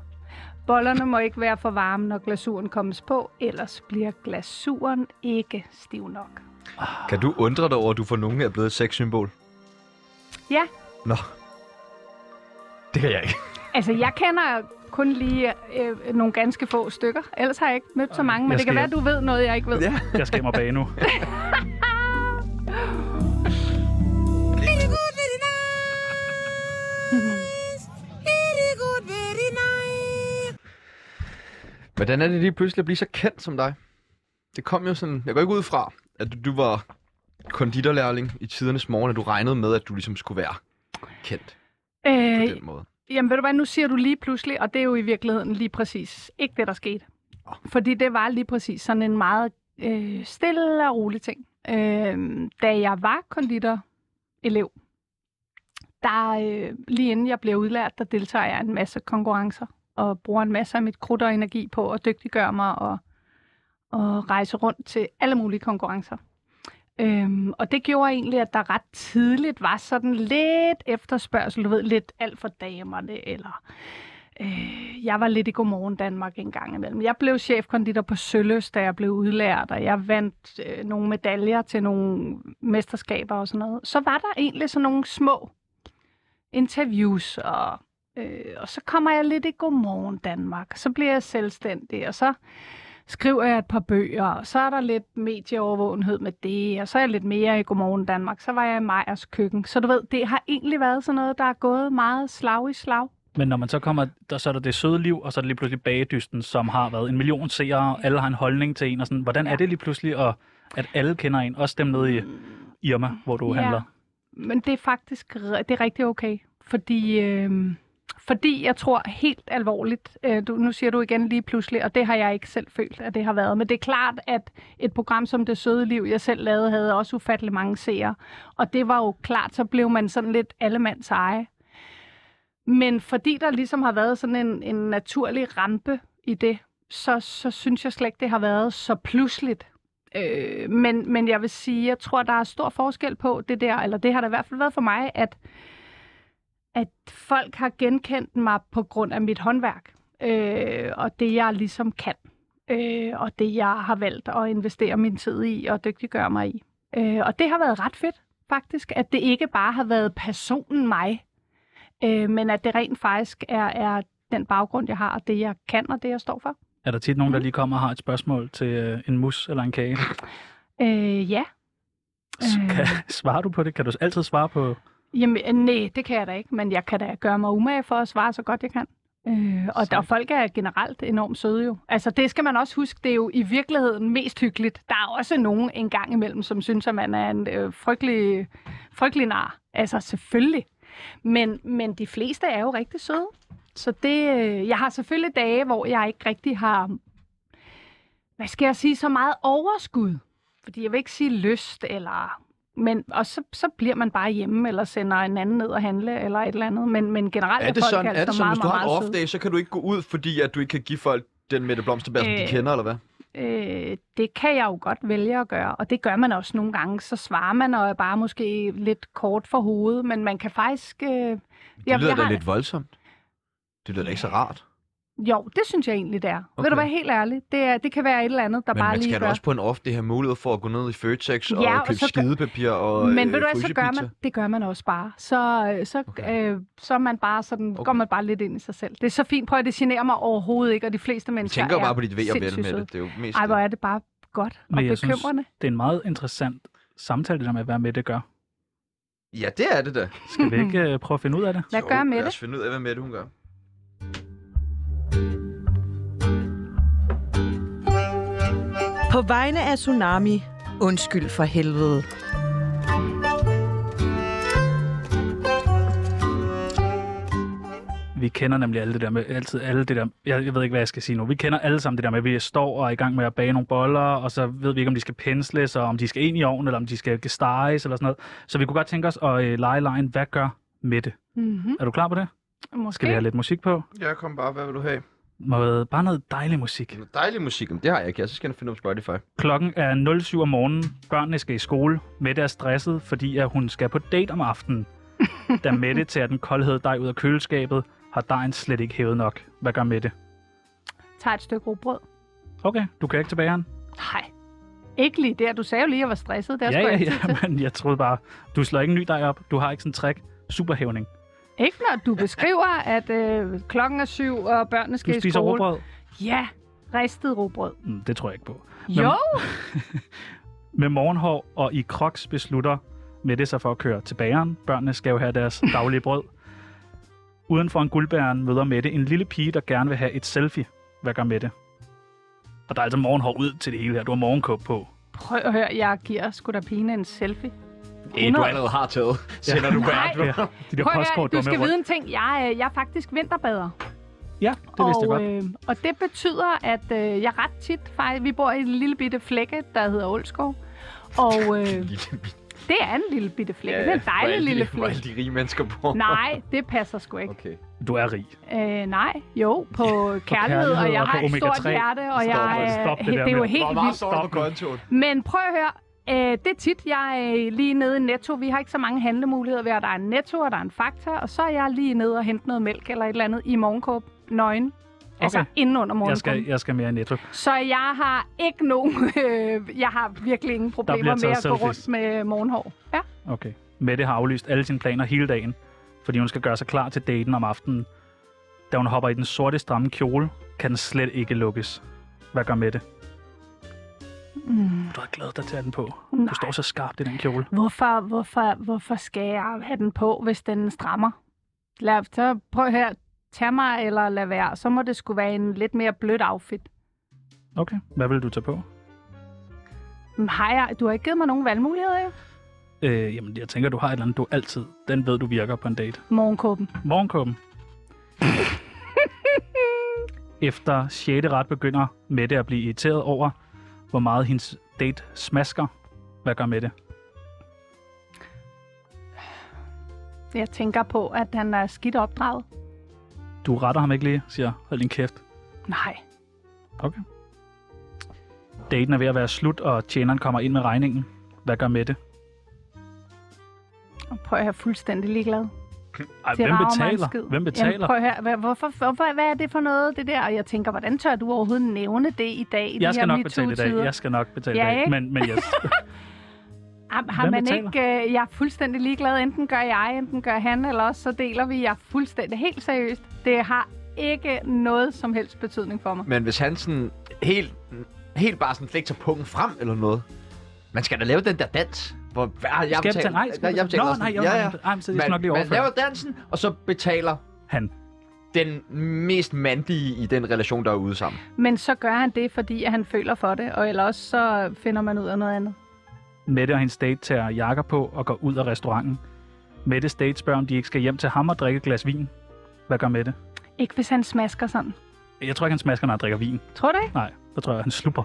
Speaker 3: Bollerne må ikke være for varme, når glasuren kommes på, ellers bliver glasuren ikke stiv nok.
Speaker 1: Kan du undre dig over, at du for nogen er blevet et sexsymbol?
Speaker 3: Ja,
Speaker 1: Nå. Det kan jeg ikke.
Speaker 3: altså jeg kender kun lige øh, nogle ganske få stykker. Ellers har jeg ikke mødt så mange, men
Speaker 4: Jeg
Speaker 3: det kan
Speaker 4: skal-
Speaker 3: være, du ved noget, jeg ikke ved.
Speaker 1: Ja.
Speaker 4: Jeg skal hjem og bage nu.
Speaker 1: Hvordan er det lige pludselig at blive så kendt som dig? Det kom jo sådan... Jeg går ikke ud fra, at du, du var konditorlærling i tidernes morgen, og du regnede med, at du ligesom skulle være kendt på
Speaker 3: Øh,
Speaker 1: den måde.
Speaker 3: Jamen ved du hvad, nu siger du lige pludselig, og det er jo i virkeligheden lige præcis ikke det, der skete. Fordi det var lige præcis sådan en meget øh, stille og rolig ting. Øh, da jeg var konditorelev, der øh, lige inden jeg bliver udlært, der deltager jeg i en masse konkurrencer og bruger en masse af mit krudt og energi på at dygtiggøre mig og, og rejse rundt til alle mulige konkurrencer. Øhm, og det gjorde egentlig, at der ret tidligt var sådan lidt efterspørgsel, du ved, lidt alt for damerne, eller øh, jeg var lidt i Godmorgen Danmark en gang imellem. Jeg blev chefkonditor på Søløs, da jeg blev udlært, og jeg vandt øh, nogle medaljer til nogle mesterskaber og sådan noget. Så var der egentlig sådan nogle små interviews, og, øh, og så kommer jeg lidt i Godmorgen Danmark, så bliver jeg selvstændig, og så skriver jeg et par bøger, og så er der lidt medieovervågenhed med det, og så er jeg lidt mere i Godmorgen Danmark, så var jeg i Majers køkken. Så du ved, det har egentlig været sådan noget, der er gået meget slag i slag.
Speaker 4: Men når man så kommer, der, så er der det søde liv, og så er det lige pludselig bagedysten, som har været en million seere, og alle har en holdning til en, og sådan, hvordan er det lige pludselig, at, at alle kender en, også dem nede i Irma, hvor du
Speaker 3: Mm. Ja.
Speaker 4: handler?
Speaker 3: Men det er faktisk r- det er rigtig okay, fordi øh, Fordi jeg tror helt alvorligt, øh, du, nu siger du igen lige pludselig, og det har jeg ikke selv følt, at det har været. Men det er klart, at et program som Det Søde Liv, jeg selv lavede, havde også ufattelig mange seere. Og det var jo klart, så blev man sådan lidt allemands eje. Men fordi der ligesom har været sådan en, en naturlig rampe i det, så, så synes jeg slet ikke, det har været så pludseligt. Øh, men, men jeg vil sige, jeg tror, der er stor forskel på det der, eller det har der i hvert fald været for mig, at, at folk har genkendt mig på grund af mit håndværk, øh, og det jeg ligesom kan, øh, og det jeg har valgt at investere min tid i og dygtiggøre mig i. Øh, og det har været ret fedt, faktisk, at det ikke bare har været personen mig, øh, men at det rent faktisk er, er den baggrund, jeg har, og det jeg kan, og det jeg står for.
Speaker 4: Er der tit nogen, der
Speaker 3: Mm.
Speaker 4: lige kommer og har et spørgsmål til øh, en mus eller en kage?
Speaker 3: Øh, ja.
Speaker 4: S-
Speaker 3: Øh.
Speaker 4: *laughs* Kan, svarer du på det? Kan du altid svare på...
Speaker 3: Jamen, øh, nej, det kan jeg da ikke, men jeg kan da gøre mig umage for at svare så godt jeg kan. Øh, og,
Speaker 4: Sejt.
Speaker 3: og folk er generelt enormt søde jo. Altså det skal man også huske, det er jo i virkeligheden mest hyggeligt. Der er også nogen en gang imellem, som synes, at man er en øh, frygtelig, frygtelig nar. Altså selvfølgelig. Men, men de fleste er jo rigtig søde. Så det, øh, jeg har selvfølgelig dage, hvor jeg ikke rigtig har, hvad skal jeg sige, så meget overskud. Fordi jeg vil ikke sige lyst eller men og så, så bliver man bare hjemme, eller sender en anden ned og handle, eller et eller andet. Men, men generelt
Speaker 1: Er det
Speaker 3: folk
Speaker 1: sådan,
Speaker 3: altså
Speaker 1: er det sådan
Speaker 3: meget,
Speaker 1: hvis du
Speaker 3: meget,
Speaker 1: har en
Speaker 3: meget
Speaker 1: off
Speaker 3: søde.
Speaker 1: day, så kan du ikke gå ud, fordi at du ikke kan give folk den Mette Blomsterberg, som de
Speaker 3: Øh.
Speaker 1: kender, eller hvad?
Speaker 3: Øh, det kan jeg jo godt vælge at gøre, og det gør man også nogle gange. Så svarer man og er bare måske lidt kort for hovedet, men man kan faktisk... Øh,
Speaker 1: Det
Speaker 3: jeg,
Speaker 1: lyder
Speaker 3: jeg
Speaker 1: da
Speaker 3: har-
Speaker 1: lidt voldsomt. Det lyder da ikke så rart.
Speaker 3: Jo, det synes jeg egentlig, det er. Okay.
Speaker 1: Okay.
Speaker 3: Vil du være helt ærlig? Det, er, det kan være et eller andet, der
Speaker 1: Men
Speaker 3: bare
Speaker 1: man
Speaker 3: lige
Speaker 1: skal da
Speaker 3: gør.
Speaker 1: også på en off det her mulighed for at gå ned i Føtex og
Speaker 3: Ja, og
Speaker 1: købe
Speaker 3: så gør-
Speaker 1: skidepapir og
Speaker 3: Men
Speaker 1: øh,
Speaker 3: ved du hvad, så gør
Speaker 1: frysepizza.
Speaker 3: man, det gør man også bare. Så, øh, så,
Speaker 1: Okay.
Speaker 3: okay. øh, så er man bare sådan, okay. går
Speaker 1: Okay.
Speaker 3: man bare lidt ind i sig selv. Det er så fint, prøv at det generer mig overhovedet ikke, og de fleste
Speaker 1: Jeg
Speaker 3: mennesker
Speaker 1: tænker jo
Speaker 3: er
Speaker 1: bare på dit ved og vel
Speaker 3: sindssygt
Speaker 1: med
Speaker 3: søde.
Speaker 1: det. Det er jo mest
Speaker 3: Ej, hvor er det bare godt og
Speaker 4: Men jeg synes-
Speaker 3: bekymrende.
Speaker 4: Det er en meget interessant samtale, det der med, hvad Mette gør.
Speaker 1: Ja, det er det da.
Speaker 4: Skal vi
Speaker 3: *laughs*
Speaker 4: ikke øh, prøve at finde ud af det?
Speaker 3: Hvad gør
Speaker 1: Lad
Speaker 3: Mette?
Speaker 1: os finde ud af, hvad Mette hun gør.
Speaker 5: På vegne af Tsunami, undskyld for helvede.
Speaker 4: Vi kender nemlig alle det der med, altid alle det der, jeg, jeg ved ikke, hvad jeg skal sige nu. Vi kender alle sammen det der med, at vi står og er i gang med at bage nogle boller, og så ved vi ikke, om de skal pensles, og om de skal ind i ovnen, eller om de skal gestejes, eller sådan noget. Så vi kunne godt tænke os at øh, lege lejen, hvad gør Mette?
Speaker 3: Mm-hmm.
Speaker 4: Er du klar på det?
Speaker 3: Måske.
Speaker 4: Skal vi have lidt musik på?
Speaker 1: Jeg kom bare, hvad vil du have?
Speaker 4: Noget, bare noget dejlig musik.
Speaker 1: Noget dejlig musik, men det har jeg ikke. Jeg skal jeg finde på Spotify.
Speaker 4: Klokken er 07 om morgenen. Børnene skal i skole. Mette er stresset, fordi at hun skal på date om aftenen. Da Mette tager den koldhed dej ud af køleskabet, har dejen slet ikke hævet nok. Hvad gør Mette?
Speaker 3: Tag et stykke rugbrød.
Speaker 4: Okay, du kan ikke tilbage han.
Speaker 3: Nej. Ikke lige der. Du sagde jo lige, at jeg var stresset. Der
Speaker 4: Ja, ja, ja, men jeg troede bare, du slår ikke en ny dej op. Du har ikke sådan en trick. Superhævning.
Speaker 3: Ikke når du beskriver, at øh, klokken er syv, og børnene skal
Speaker 4: Du
Speaker 3: i
Speaker 4: spiser
Speaker 3: skole.
Speaker 4: råbrød.
Speaker 3: Ja, ristet rugbrød.
Speaker 4: Mm, det tror jeg ikke på.
Speaker 3: Jo,
Speaker 4: Med morgenhår og i kroks beslutter Mette sig for at køre til bageren. Børnene skal jo have
Speaker 3: *laughs*
Speaker 4: deres daglige brød. Uden for en guldbæren møder Mette en lille pige, der gerne vil have et selfie. Hvad gør Mette? Og der er altså morgenhår ud til det hele her. Du har morgenkåb på.
Speaker 3: prøv at høre. Jeg giver sgu da pine en selfie.
Speaker 1: Eh, du allerede har taget, sender du på
Speaker 3: Nej.
Speaker 1: appen.
Speaker 4: *laughs* Ja, de der
Speaker 3: Prøv at høre,
Speaker 4: postkort,
Speaker 3: du
Speaker 4: har
Speaker 3: skal
Speaker 4: med rundt.
Speaker 3: vide en ting. Jeg, øh, jeg er faktisk vinterbader.
Speaker 4: Ja, det vidste jeg
Speaker 3: og,
Speaker 4: godt.
Speaker 3: Øh, og det betyder, at øh, jeg ret tit faktisk... Vi bor i en lille bitte flække, der hedder Ålskov. Og øh, det er en lille bitte flække. Ja, det er en dejlig lille
Speaker 1: Hvor alle
Speaker 3: flække.
Speaker 1: de rige mennesker bor.
Speaker 3: Nej, det passer sgu ikke.
Speaker 1: Okay.
Speaker 4: Du er rig.
Speaker 3: Øh, nej, jo,
Speaker 4: *laughs*
Speaker 3: på kærlighed,
Speaker 4: kærlighed
Speaker 3: og jeg
Speaker 4: og på
Speaker 3: har et
Speaker 4: omega-3.
Speaker 3: stort hjerte, og
Speaker 4: Stop,
Speaker 3: jeg øh,
Speaker 4: stop det
Speaker 3: *laughs* det,
Speaker 4: der
Speaker 3: det er jo
Speaker 4: med-
Speaker 3: helt
Speaker 1: Hvor meget
Speaker 3: vildt.
Speaker 1: står der på kontoen?
Speaker 3: Men prøv at høre, øh, det er tit, jeg er lige nede i Netto. Vi har ikke så mange handlemuligheder ved, at der er en Netto, og der er en Fakta, og så er jeg lige nede og hente noget mælk eller et eller andet i morgenkåb, nøgen. Altså
Speaker 4: Okay.
Speaker 3: inden under
Speaker 4: Jeg
Speaker 3: morgenkåben.
Speaker 4: skal, jeg skal mere i netto.
Speaker 3: Så jeg har ikke nogen, *laughs* øh, jeg har virkelig ingen problemer med
Speaker 4: taget
Speaker 3: at gå
Speaker 4: selfies.
Speaker 3: rundt med morgenhår. Ja.
Speaker 4: Okay. Mette har aflyst alle sine planer hele dagen, fordi hun skal gøre sig klar til daten om aftenen. Da hun hopper i den sorte stramme kjole, kan den slet ikke lukkes. Hvad gør Mette? Mm. Du har glædet dig til at have den på. Nej. Du
Speaker 3: Nej.
Speaker 4: står så skarpt i den kjole.
Speaker 3: Hvorfor, hvorfor, hvorfor skal jeg have den på, hvis den strammer? Lad, så prøv her, tag mig eller lad være. Så må det skulle være en lidt mere blødt outfit.
Speaker 4: Okay, hvad vil du tage på?
Speaker 3: Men Har jeg, du har ikke givet mig nogen valgmuligheder, jo?
Speaker 4: Øh, jamen, jeg tænker, du har et eller andet, du altid... Den ved, du virker på en date. *laughs*
Speaker 3: Morgenkåben.
Speaker 4: Morgenkåben. Efter 6. ret begynder Mette at blive irriteret over, hvor meget hendes date smasker. Hvad gør Mette?
Speaker 3: Jeg tænker på, at han er skidt opdraget.
Speaker 4: Du retter ham ikke lige, siger hold din kæft.
Speaker 3: Nej.
Speaker 4: Okay. Daten er ved at være slut, og tjeneren kommer ind med regningen. Hvad gør Mette?
Speaker 3: Prøv at høre, fuldstændig ligeglad.
Speaker 4: Ej,
Speaker 3: Det
Speaker 4: hvem
Speaker 3: rager mig en skid.
Speaker 4: betaler? Hvem
Speaker 3: Jamen,
Speaker 4: betaler?
Speaker 3: prøv at høre, hvad, hvorfor, hvorfor, hvad er det for noget, det der? Og jeg tænker, hvordan tør du overhovedet nævne det i dag? i de her
Speaker 4: Jeg skal nok betale i
Speaker 3: MeToo-tider?
Speaker 4: dag. Jeg skal nok betale
Speaker 3: Ja,
Speaker 4: i dag.
Speaker 3: ikke?
Speaker 4: Men, men
Speaker 3: *laughs*
Speaker 4: yes.
Speaker 3: Am, har
Speaker 4: Hvem
Speaker 3: man
Speaker 4: betaler?
Speaker 3: ikke, øh, jeg er fuldstændig ligeglad. Enten gør jeg, enten gør han, eller også så deler vi. Jeg er fuldstændig helt seriøst. Det har ikke noget som helst betydning for mig.
Speaker 1: Men hvis han sådan helt, helt bare sådan flægter pungen frem eller noget, man skal da lave den der dans. Hvor, hvad, har jeg
Speaker 4: Skal jeg betale?
Speaker 1: betalt?
Speaker 4: Nej, skal jeg betale? Nå,
Speaker 1: også-
Speaker 4: nej, jeg,
Speaker 1: ja, ja.
Speaker 4: Ej, men så jeg
Speaker 1: Man,
Speaker 4: skal nok lige
Speaker 1: man laver
Speaker 4: overføre.
Speaker 1: dansen, og så betaler
Speaker 4: Han.
Speaker 1: den mest mandige i den relation, der er ude sammen.
Speaker 3: Men så gør han det, fordi at han føler for det, og ellers så finder man ud af noget andet.
Speaker 4: Mette og hendes date tager jakker på og går ud af restauranten. Mettes date spørger, om de ikke skal hjem til ham og drikke et glas vin. Hvad gør Mette?
Speaker 3: Ikke hvis han smasker sådan.
Speaker 4: Jeg tror ikke, han smasker, når han drikker vin.
Speaker 3: Tror du ikke?
Speaker 4: Nej, så tror jeg, han slupper.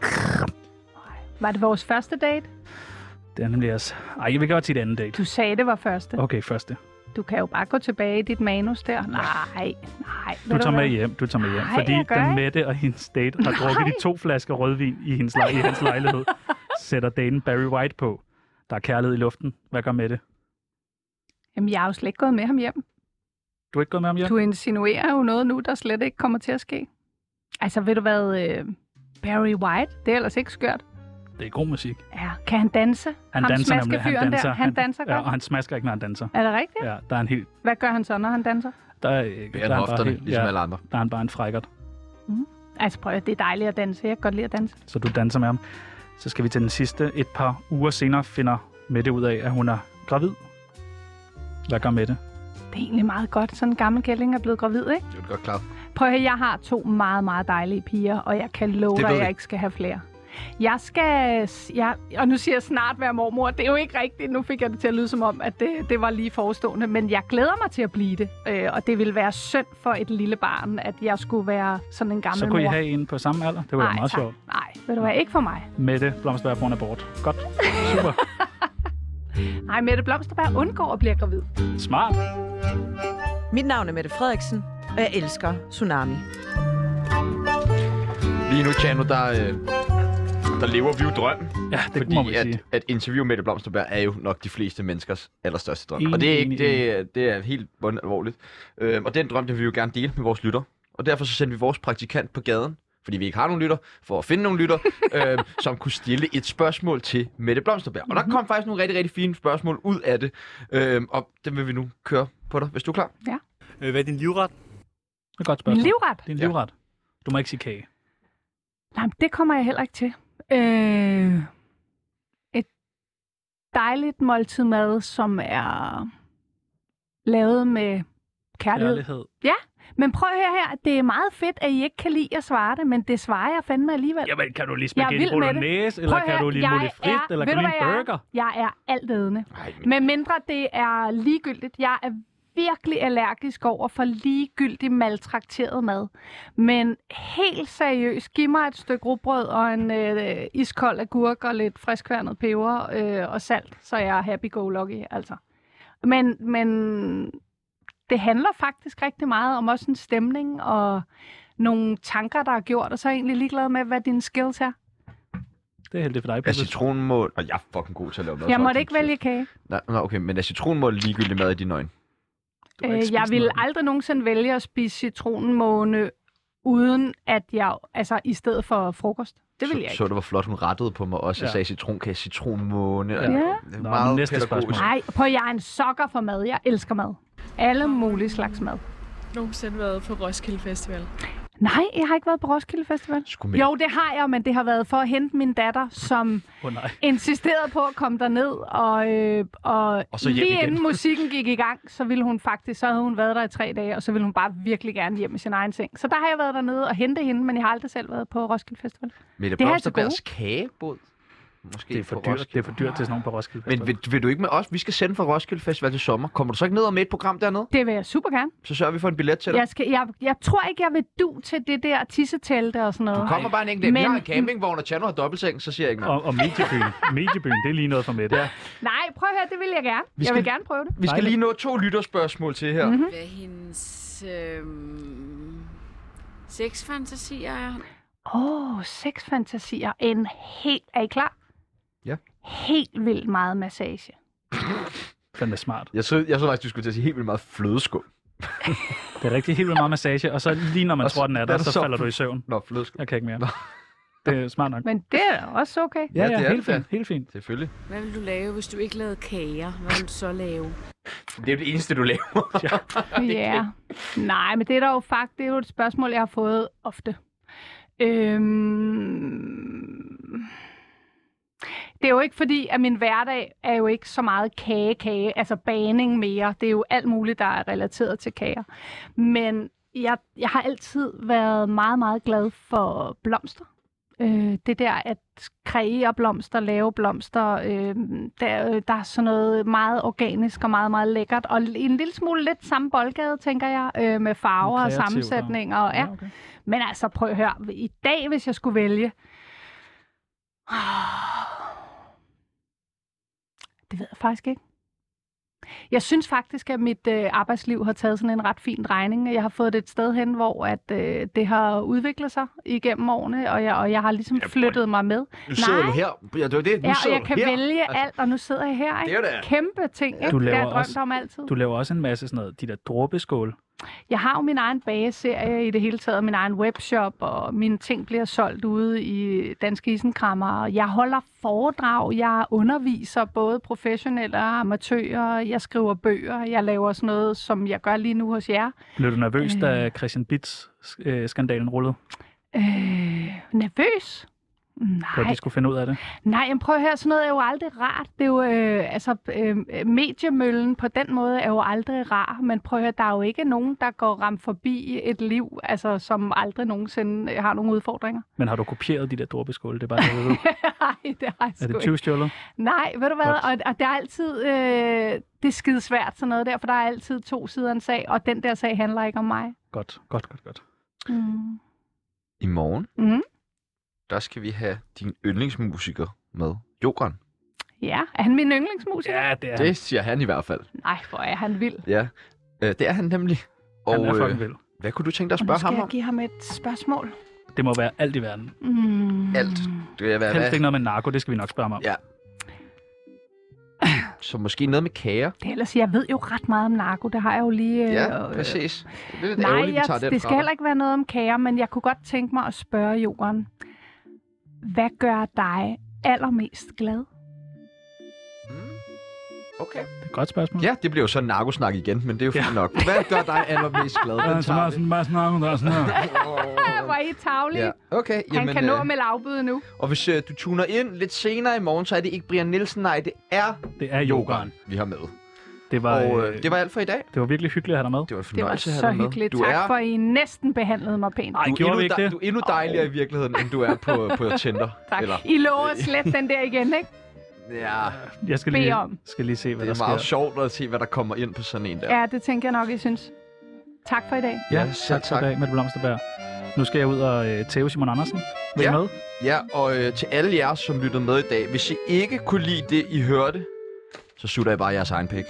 Speaker 3: Var det vores første date?
Speaker 4: Det er nemlig jeres... Ej, jeg vil godt sige det anden date.
Speaker 3: Du sagde, det var første.
Speaker 4: Okay, første.
Speaker 3: Du kan jo bare gå tilbage i dit manus der. Nej, nej.
Speaker 4: Du tager med hjem, du tager med hjem.
Speaker 3: Nej,
Speaker 4: fordi
Speaker 3: jeg gør
Speaker 4: da
Speaker 3: ikke.
Speaker 4: Mette og hendes date har drukket de to flasker rødvin i hendes, lej- i hendes lejlighed, sætter daten Barry White på. Der er kærlighed i luften. Hvad gør Mette?
Speaker 3: Jamen, jeg har jo slet ikke gået med ham hjem.
Speaker 4: Du er ikke gået med ham hjem?
Speaker 3: Du insinuerer jo noget nu, der slet ikke kommer til at ske. Altså, ved du hvad, øh, Barry White, det er ellers ikke skørt.
Speaker 4: Det er god musik.
Speaker 3: Ja, kan han danse?
Speaker 4: Han
Speaker 3: ham
Speaker 4: danser nemlig. Han
Speaker 3: smaskefyren
Speaker 4: danser,
Speaker 3: der, han danser
Speaker 4: ja,
Speaker 3: godt.
Speaker 4: og han smasker ikke, når han danser.
Speaker 3: Er det rigtigt?
Speaker 4: Ja, der er en helt...
Speaker 3: Hvad gør han så, når han danser?
Speaker 4: Der er, øh, der
Speaker 1: Bærer
Speaker 4: er han bare
Speaker 1: hofterne,
Speaker 4: helt,
Speaker 1: ligesom
Speaker 4: ja,
Speaker 1: alle andre.
Speaker 4: der er han bare en frækkert.
Speaker 3: Altså, prøv at høre, det er dejligt at danse. Jeg kan godt lide at danse.
Speaker 4: Så du danser med ham. Så skal vi til den sidste. Et par uger senere finder Mette ud af, at hun er gravid. Hvad gør Mette?
Speaker 3: Det er egentlig meget godt. Sådan en gammel kælling er blevet gravid, ikke?
Speaker 1: Det er jo godt klart.
Speaker 3: Prøv at høre, jeg har to meget, meget dejlige piger, og jeg kan love
Speaker 1: Det
Speaker 3: dig,
Speaker 1: ved
Speaker 3: at jeg
Speaker 1: vi.
Speaker 3: ikke skal have flere. Jeg skal... Jeg, og nu siger jeg snart være mormor. Det er jo ikke rigtigt. Nu fik jeg det til at lyde som om, at det, det var lige forestående. Men jeg glæder mig til at blive det. Øh, og det ville være synd for et lille barn, at jeg skulle være sådan en gammel
Speaker 4: Så kunne I
Speaker 3: mor.
Speaker 4: have en på samme alder. Det kunne være
Speaker 3: Nej,
Speaker 4: meget
Speaker 3: tak.
Speaker 4: sjovt.
Speaker 3: Nej, ved du hvad? Ikke for mig.
Speaker 4: Mette Blomsterberg Brun er bort. Godt. Super.
Speaker 3: Nej, Mette Blomsterberg undgår at blive gravid.
Speaker 4: Smart.
Speaker 5: Mit navn er Mette Frederiksen, og jeg elsker Tsunami.
Speaker 1: Lige nu, Tjano, der, øh, der lever vi jo drømmen.
Speaker 4: Ja, det Fordi må man
Speaker 1: Fordi
Speaker 4: sige.
Speaker 1: at, at interview med Mette Blomsterberg er jo nok de fleste menneskers allerstørste drøm.
Speaker 4: Enig,
Speaker 1: og det er, ikke,
Speaker 4: enig,
Speaker 1: det, er- det er helt bundt alvorligt. Øhm, og den drøm, den vil vi jo gerne dele med vores lytter. Og derfor så sendte vi vores praktikant på gaden, fordi vi ikke har nogen lytter, for at finde nogle
Speaker 4: *laughs*
Speaker 1: lytter, øhm, som kunne stille et spørgsmål til Mette Blomsterberg. Og
Speaker 4: Mhm.
Speaker 1: der kom faktisk nogle rigtig, rigtig fine spørgsmål ud af det. Øhm, og dem vil vi nu køre på dig, hvis du er klar.
Speaker 8: Øh, hvad er din livret?
Speaker 4: Det er et godt
Speaker 3: Min
Speaker 4: spørgsmål.
Speaker 3: livret?
Speaker 4: Det er en
Speaker 1: Ja.
Speaker 4: livret. Du må ikke sige kage.
Speaker 3: Nej, men det kommer jeg heller ikke til. Øh, et dejligt måltid mad, som er lavet med kærlighed.
Speaker 4: Ærlighed.
Speaker 3: Men prøv at høre her, det er meget fedt, at I ikke kan lide at svare det, men det svarer jeg fandme alligevel.
Speaker 4: Jamen, kan du lige
Speaker 3: Jeg er
Speaker 4: spaghetti
Speaker 3: vild med det.
Speaker 4: bolognese, eller
Speaker 3: Prøv at
Speaker 4: kan
Speaker 3: høre,
Speaker 4: du lige
Speaker 3: jeg
Speaker 4: mulle frit,
Speaker 3: er-
Speaker 4: eller
Speaker 3: ved
Speaker 4: kan du
Speaker 3: du,
Speaker 4: lige en
Speaker 3: hvad jeg er?
Speaker 4: burger?
Speaker 3: Jeg er altædende.
Speaker 1: Ej, men
Speaker 3: Med mindre det er ligegyldigt. Jeg er virkelig allergisk over for ligegyldig maltrakteret mad. Men helt seriøst, giv mig et stykke rugbrød og en øh, iskold agurk og lidt friskværnet peber øh, og salt, så jeg er happy-go-lucky, altså. Men, men det handler faktisk rigtig meget om også en stemning og nogle tanker, der er gjort, og så er jeg egentlig ligeglad med, hvad dine skills er.
Speaker 4: Det er heldigt for dig,
Speaker 1: er
Speaker 4: Pibus.
Speaker 1: citronmål... Og jeg er fucking god til at lave noget.
Speaker 3: Jeg
Speaker 1: så
Speaker 3: måtte ikke
Speaker 1: offensivt.
Speaker 3: vælge kage.
Speaker 1: Nej, nej, okay, men er citronmål ligegyldigt mad i dine øjne?
Speaker 4: har ikke
Speaker 3: Øh, jeg
Speaker 4: spist
Speaker 3: vil
Speaker 4: noget af det.
Speaker 3: aldrig nogensinde vælge at spise citronmåne, uden at jeg, altså i stedet for frokost. Det vil jeg
Speaker 1: Så, så
Speaker 3: ikke.
Speaker 1: det var flot, hun rettede på mig også. Jeg
Speaker 4: Ja.
Speaker 1: sagde citronkage, citronmåne.
Speaker 4: Ja.
Speaker 1: og-
Speaker 3: Ja.
Speaker 1: Det er
Speaker 4: Nå,
Speaker 1: meget
Speaker 4: men næste
Speaker 1: pædagogisk.
Speaker 4: spørgsmål.
Speaker 3: Nej, på jeg er en sokker for mad. Jeg elsker mad. Alle mulige slags mad.
Speaker 9: nogensinde været på Roskilde Festival.
Speaker 3: Nej, jeg har ikke været på Roskilde Festival.
Speaker 1: Skulle med.
Speaker 3: Jo, det har jeg, men det har været for at hente min datter, som
Speaker 4: Åh, nej.
Speaker 3: insisterede på at komme derned, og, øh, og,
Speaker 1: Og så hjem
Speaker 3: lige
Speaker 1: igen.
Speaker 3: inden musikken gik i gang, så ville hun faktisk, så havde hun været der i tre dage, og så ville hun bare virkelig gerne hjem i sin egen seng. Så der har jeg været dernede og hente hende, men jeg har aldrig selv været på Roskilde Festival.
Speaker 1: Mette
Speaker 3: Det har jeg til
Speaker 1: Blomsterbergs kagebod Måske
Speaker 4: Det er for
Speaker 1: på
Speaker 4: dyrt, det
Speaker 1: Roskilde.
Speaker 4: er for dyrt til sådan nogen på Roskilde.
Speaker 1: Men vil, vil, du ikke med os? Vi skal sende fra Roskilde Festival til sommer. Kommer du så ikke ned og med et program dernede?
Speaker 3: Det vil jeg super gerne.
Speaker 1: Så sørger vi for en billet til dig.
Speaker 3: Jeg, skal, jeg, jeg tror ikke, jeg vil du til det der tissetelte og sådan noget.
Speaker 1: Du kommer bare en enkelt. Men... Jeg
Speaker 3: Men-
Speaker 1: har en campingvogn, og Tjerno har dobbeltseng, så siger jeg ikke noget.
Speaker 4: og, og
Speaker 1: *laughs*
Speaker 4: mediebyen. mediebyen, det er lige noget for Mette. Ja.
Speaker 3: Nej, prøv at høre, det vil jeg gerne.
Speaker 1: Vi
Speaker 3: Jeg vil
Speaker 1: skal-
Speaker 3: gerne prøve det.
Speaker 1: Vi skal
Speaker 4: Dejligt.
Speaker 1: lige nå to lytterspørgsmål til her.
Speaker 3: Mhm.
Speaker 1: Mm-hmm.
Speaker 9: Hvad hendes øhm, sexfantasier er?
Speaker 3: Åh, oh, sexfantasier. En helt... Er I klar?
Speaker 1: Ja.
Speaker 3: Helt vildt meget massage.
Speaker 4: Fandme smart.
Speaker 1: Jeg så, jeg så faktisk, du skulle til at sige helt vildt meget flødeskum.
Speaker 4: Det er rigtig helt vildt meget massage, og så lige når man
Speaker 1: Og så-
Speaker 4: tror, den er
Speaker 1: er
Speaker 4: der,
Speaker 1: det
Speaker 4: så
Speaker 1: så-
Speaker 4: falder du i søvn.
Speaker 1: Nå, flødeskum.
Speaker 4: Jeg kan ikke mere. Det er smart nok.
Speaker 3: Men det er også
Speaker 1: *laughs*
Speaker 3: okay.
Speaker 1: Ja, det er
Speaker 4: helt
Speaker 1: det, ja.
Speaker 4: fint. Helt fint.
Speaker 1: Selvfølgelig.
Speaker 9: Hvad vil du lave, hvis du ikke lavede kager? Hvad vil du så lave?
Speaker 1: Det er jo det eneste, du laver.
Speaker 3: Ja. Nej, men det er der jo faktisk... Det er jo et spørgsmål, jeg har fået ofte. Øhm... Det er jo ikke fordi, at min hverdag er jo ikke så meget kage-kage, altså baning mere. Det er jo alt muligt, der er relateret til kager. Men jeg, jeg har altid været meget, meget glad for blomster. Øh, det der at kreere blomster, lave blomster, øh, der, der er sådan noget meget organisk og meget, meget lækkert. Og en lille smule lidt samme boldgade, tænker jeg, øh, med farver og
Speaker 4: Kreativt, ja.
Speaker 3: sammensætninger. Og, ja.
Speaker 4: okay.
Speaker 3: Men altså, prøv at høre. I dag, hvis jeg skulle vælge... Det ved jeg faktisk ikke. Jeg synes faktisk, at mit øh, arbejdsliv har taget sådan en ret fin drejning. Jeg har fået det et sted hen, hvor at, øh, det har udviklet sig igennem årene, og jeg, og jeg har ligesom
Speaker 1: prøv-
Speaker 3: flyttet mig med.
Speaker 1: Nu sidder
Speaker 3: Nej.
Speaker 1: du her. Ja, det var det. Nu
Speaker 3: Ja, og
Speaker 1: sidder
Speaker 3: jeg
Speaker 1: du
Speaker 3: kan
Speaker 1: her.
Speaker 3: vælge
Speaker 1: Altså,
Speaker 3: alt, og nu sidder jeg her.
Speaker 1: det er
Speaker 3: Ikke?
Speaker 1: jo da-
Speaker 3: Kæmpe ting, ikke?
Speaker 4: Du
Speaker 3: det
Speaker 4: laver
Speaker 3: har jeg drømt
Speaker 4: også-
Speaker 3: om altid.
Speaker 4: Du laver også en masse sådan noget, de der dråbeskål.
Speaker 3: Jeg har jo min egen bageserie i det hele taget, min egen webshop, og mine ting bliver solgt ude i Danske Isenkrammer. og Jeg holder foredrag, jeg underviser både professionelle og amatører, jeg skriver bøger, jeg laver sådan noget, som jeg gør lige nu hos jer.
Speaker 4: Blev du nervøs, da Christian Bits øh, skandalen rullede?
Speaker 3: Øh, nervøs?
Speaker 4: På at
Speaker 3: Nej,
Speaker 4: de skulle finde ud af det?
Speaker 3: nej, men prøv at høre, sådan noget er jo aldrig rart. Det er jo, øh, altså, øh, mediemøllen på den måde er jo aldrig rar, men prøv at høre, der er jo ikke nogen, der går ramt forbi et liv, altså, som aldrig nogensinde øh, har nogle udfordringer. *laughs*
Speaker 4: Men har du kopieret de der dråbeskål? Det er bare det, jeg ved.
Speaker 3: Nej, det har jeg
Speaker 4: Er
Speaker 3: sgu
Speaker 4: det
Speaker 3: ikke.
Speaker 4: 20 stjålet?
Speaker 3: Nej, ved du hvad, og, og der er altid, øh, det er skide svært sådan noget der, for der er altid to sider af en sag, og den der sag handler ikke om mig.
Speaker 4: Godt, godt, godt, godt.
Speaker 3: Mm.
Speaker 1: I morgen,
Speaker 3: Mm.
Speaker 1: der skal vi have din yndlingsmusiker med. Jokeren.
Speaker 3: Ja, er han min yndlingsmusiker?
Speaker 4: Ja, det er han.
Speaker 1: Det siger han i hvert fald.
Speaker 3: Nej, hvor er han vild.
Speaker 1: Ja. Øh, det er han nemlig. Og
Speaker 4: Han er fucking
Speaker 1: øh,
Speaker 4: vild.
Speaker 1: hvad kunne du tænke dig at
Speaker 3: Og nu
Speaker 1: spørge
Speaker 3: skal
Speaker 1: ham
Speaker 3: jeg
Speaker 1: om?
Speaker 3: give ham et spørgsmål.
Speaker 4: Det må være alt i verden.
Speaker 3: Mm.
Speaker 1: Alt. Det vil være,
Speaker 4: Helst
Speaker 1: hvad?
Speaker 4: ikke noget med narko, det skal vi nok spørge ham om.
Speaker 1: Ja. Så måske noget med kager.
Speaker 3: Det er ellers, jeg ved jo ret meget om narko, det har jeg jo lige... øh,
Speaker 1: Ja,
Speaker 3: øh,
Speaker 1: præcis. Det er lidt
Speaker 3: Nej,
Speaker 1: ærgerligt, vi tager
Speaker 3: jeg,
Speaker 1: den
Speaker 3: det
Speaker 1: fra
Speaker 3: skal
Speaker 1: dig.
Speaker 3: heller ikke være noget om kager, men jeg kunne godt tænke mig at spørge jorden. Hvad gør dig allermest glad?
Speaker 1: Okay.
Speaker 4: Det er et godt spørgsmål.
Speaker 1: Ja, det bliver jo så en narkosnak igen, men det er jo
Speaker 4: Ja. altså,
Speaker 1: fint nok. Hvad gør dig allermest glad? Den tager vi.
Speaker 4: bare snakke, der er sådan her.
Speaker 3: *laughs* Hvor er I tavlige?
Speaker 1: Ja, okay.
Speaker 3: Han
Speaker 1: Jamen,
Speaker 3: kan nå
Speaker 1: øh,
Speaker 3: at melde afbud nu.
Speaker 1: Og hvis øh, du tuner ind lidt senere i morgen, så er det ikke Brian Nielsen, nej, det er
Speaker 4: Det er yogaen.
Speaker 1: vi har med.
Speaker 4: Det var,
Speaker 1: Og øh, det var alt for i dag.
Speaker 4: det var virkelig hyggeligt at have dig med.
Speaker 1: Det var en
Speaker 3: Det var
Speaker 1: fornøjelse at
Speaker 3: så
Speaker 1: have dig med.
Speaker 3: hyggeligt.
Speaker 1: Du
Speaker 3: Tak
Speaker 1: er,
Speaker 3: for, at I næsten behandlede mig pænt.
Speaker 4: Ej,
Speaker 1: du, er
Speaker 4: gjorde vi
Speaker 1: endnu,
Speaker 4: ikke
Speaker 1: dej-
Speaker 4: det?
Speaker 1: du er endnu dejligere i virkeligheden, end du er på,
Speaker 3: *laughs*
Speaker 1: på Tinder.
Speaker 3: Tak.
Speaker 1: Eller,
Speaker 3: I lover slet den der igen, ikke?
Speaker 1: ja,
Speaker 4: Jeg skal
Speaker 3: Bed
Speaker 4: lige,
Speaker 3: om.
Speaker 4: skal lige se, hvad
Speaker 1: det
Speaker 4: der
Speaker 1: er meget
Speaker 4: sker.
Speaker 1: sjovt at se, hvad der kommer ind på sådan en der.
Speaker 3: Ja, det tænker jeg nok, I synes. Tak for i dag.
Speaker 4: Ja,
Speaker 1: Ja, selv
Speaker 4: tak for i
Speaker 1: tak.
Speaker 4: dag, Mette Blomsterberg. Nu skal jeg ud og øh, tæve Simon Andersen. Vil
Speaker 1: Ja.
Speaker 4: ja. med?
Speaker 1: Ja, og øh, til alle jer, som lyttede med i dag, hvis I ikke kunne lide det, I hørte, så sutter jeg bare jeres egen pik.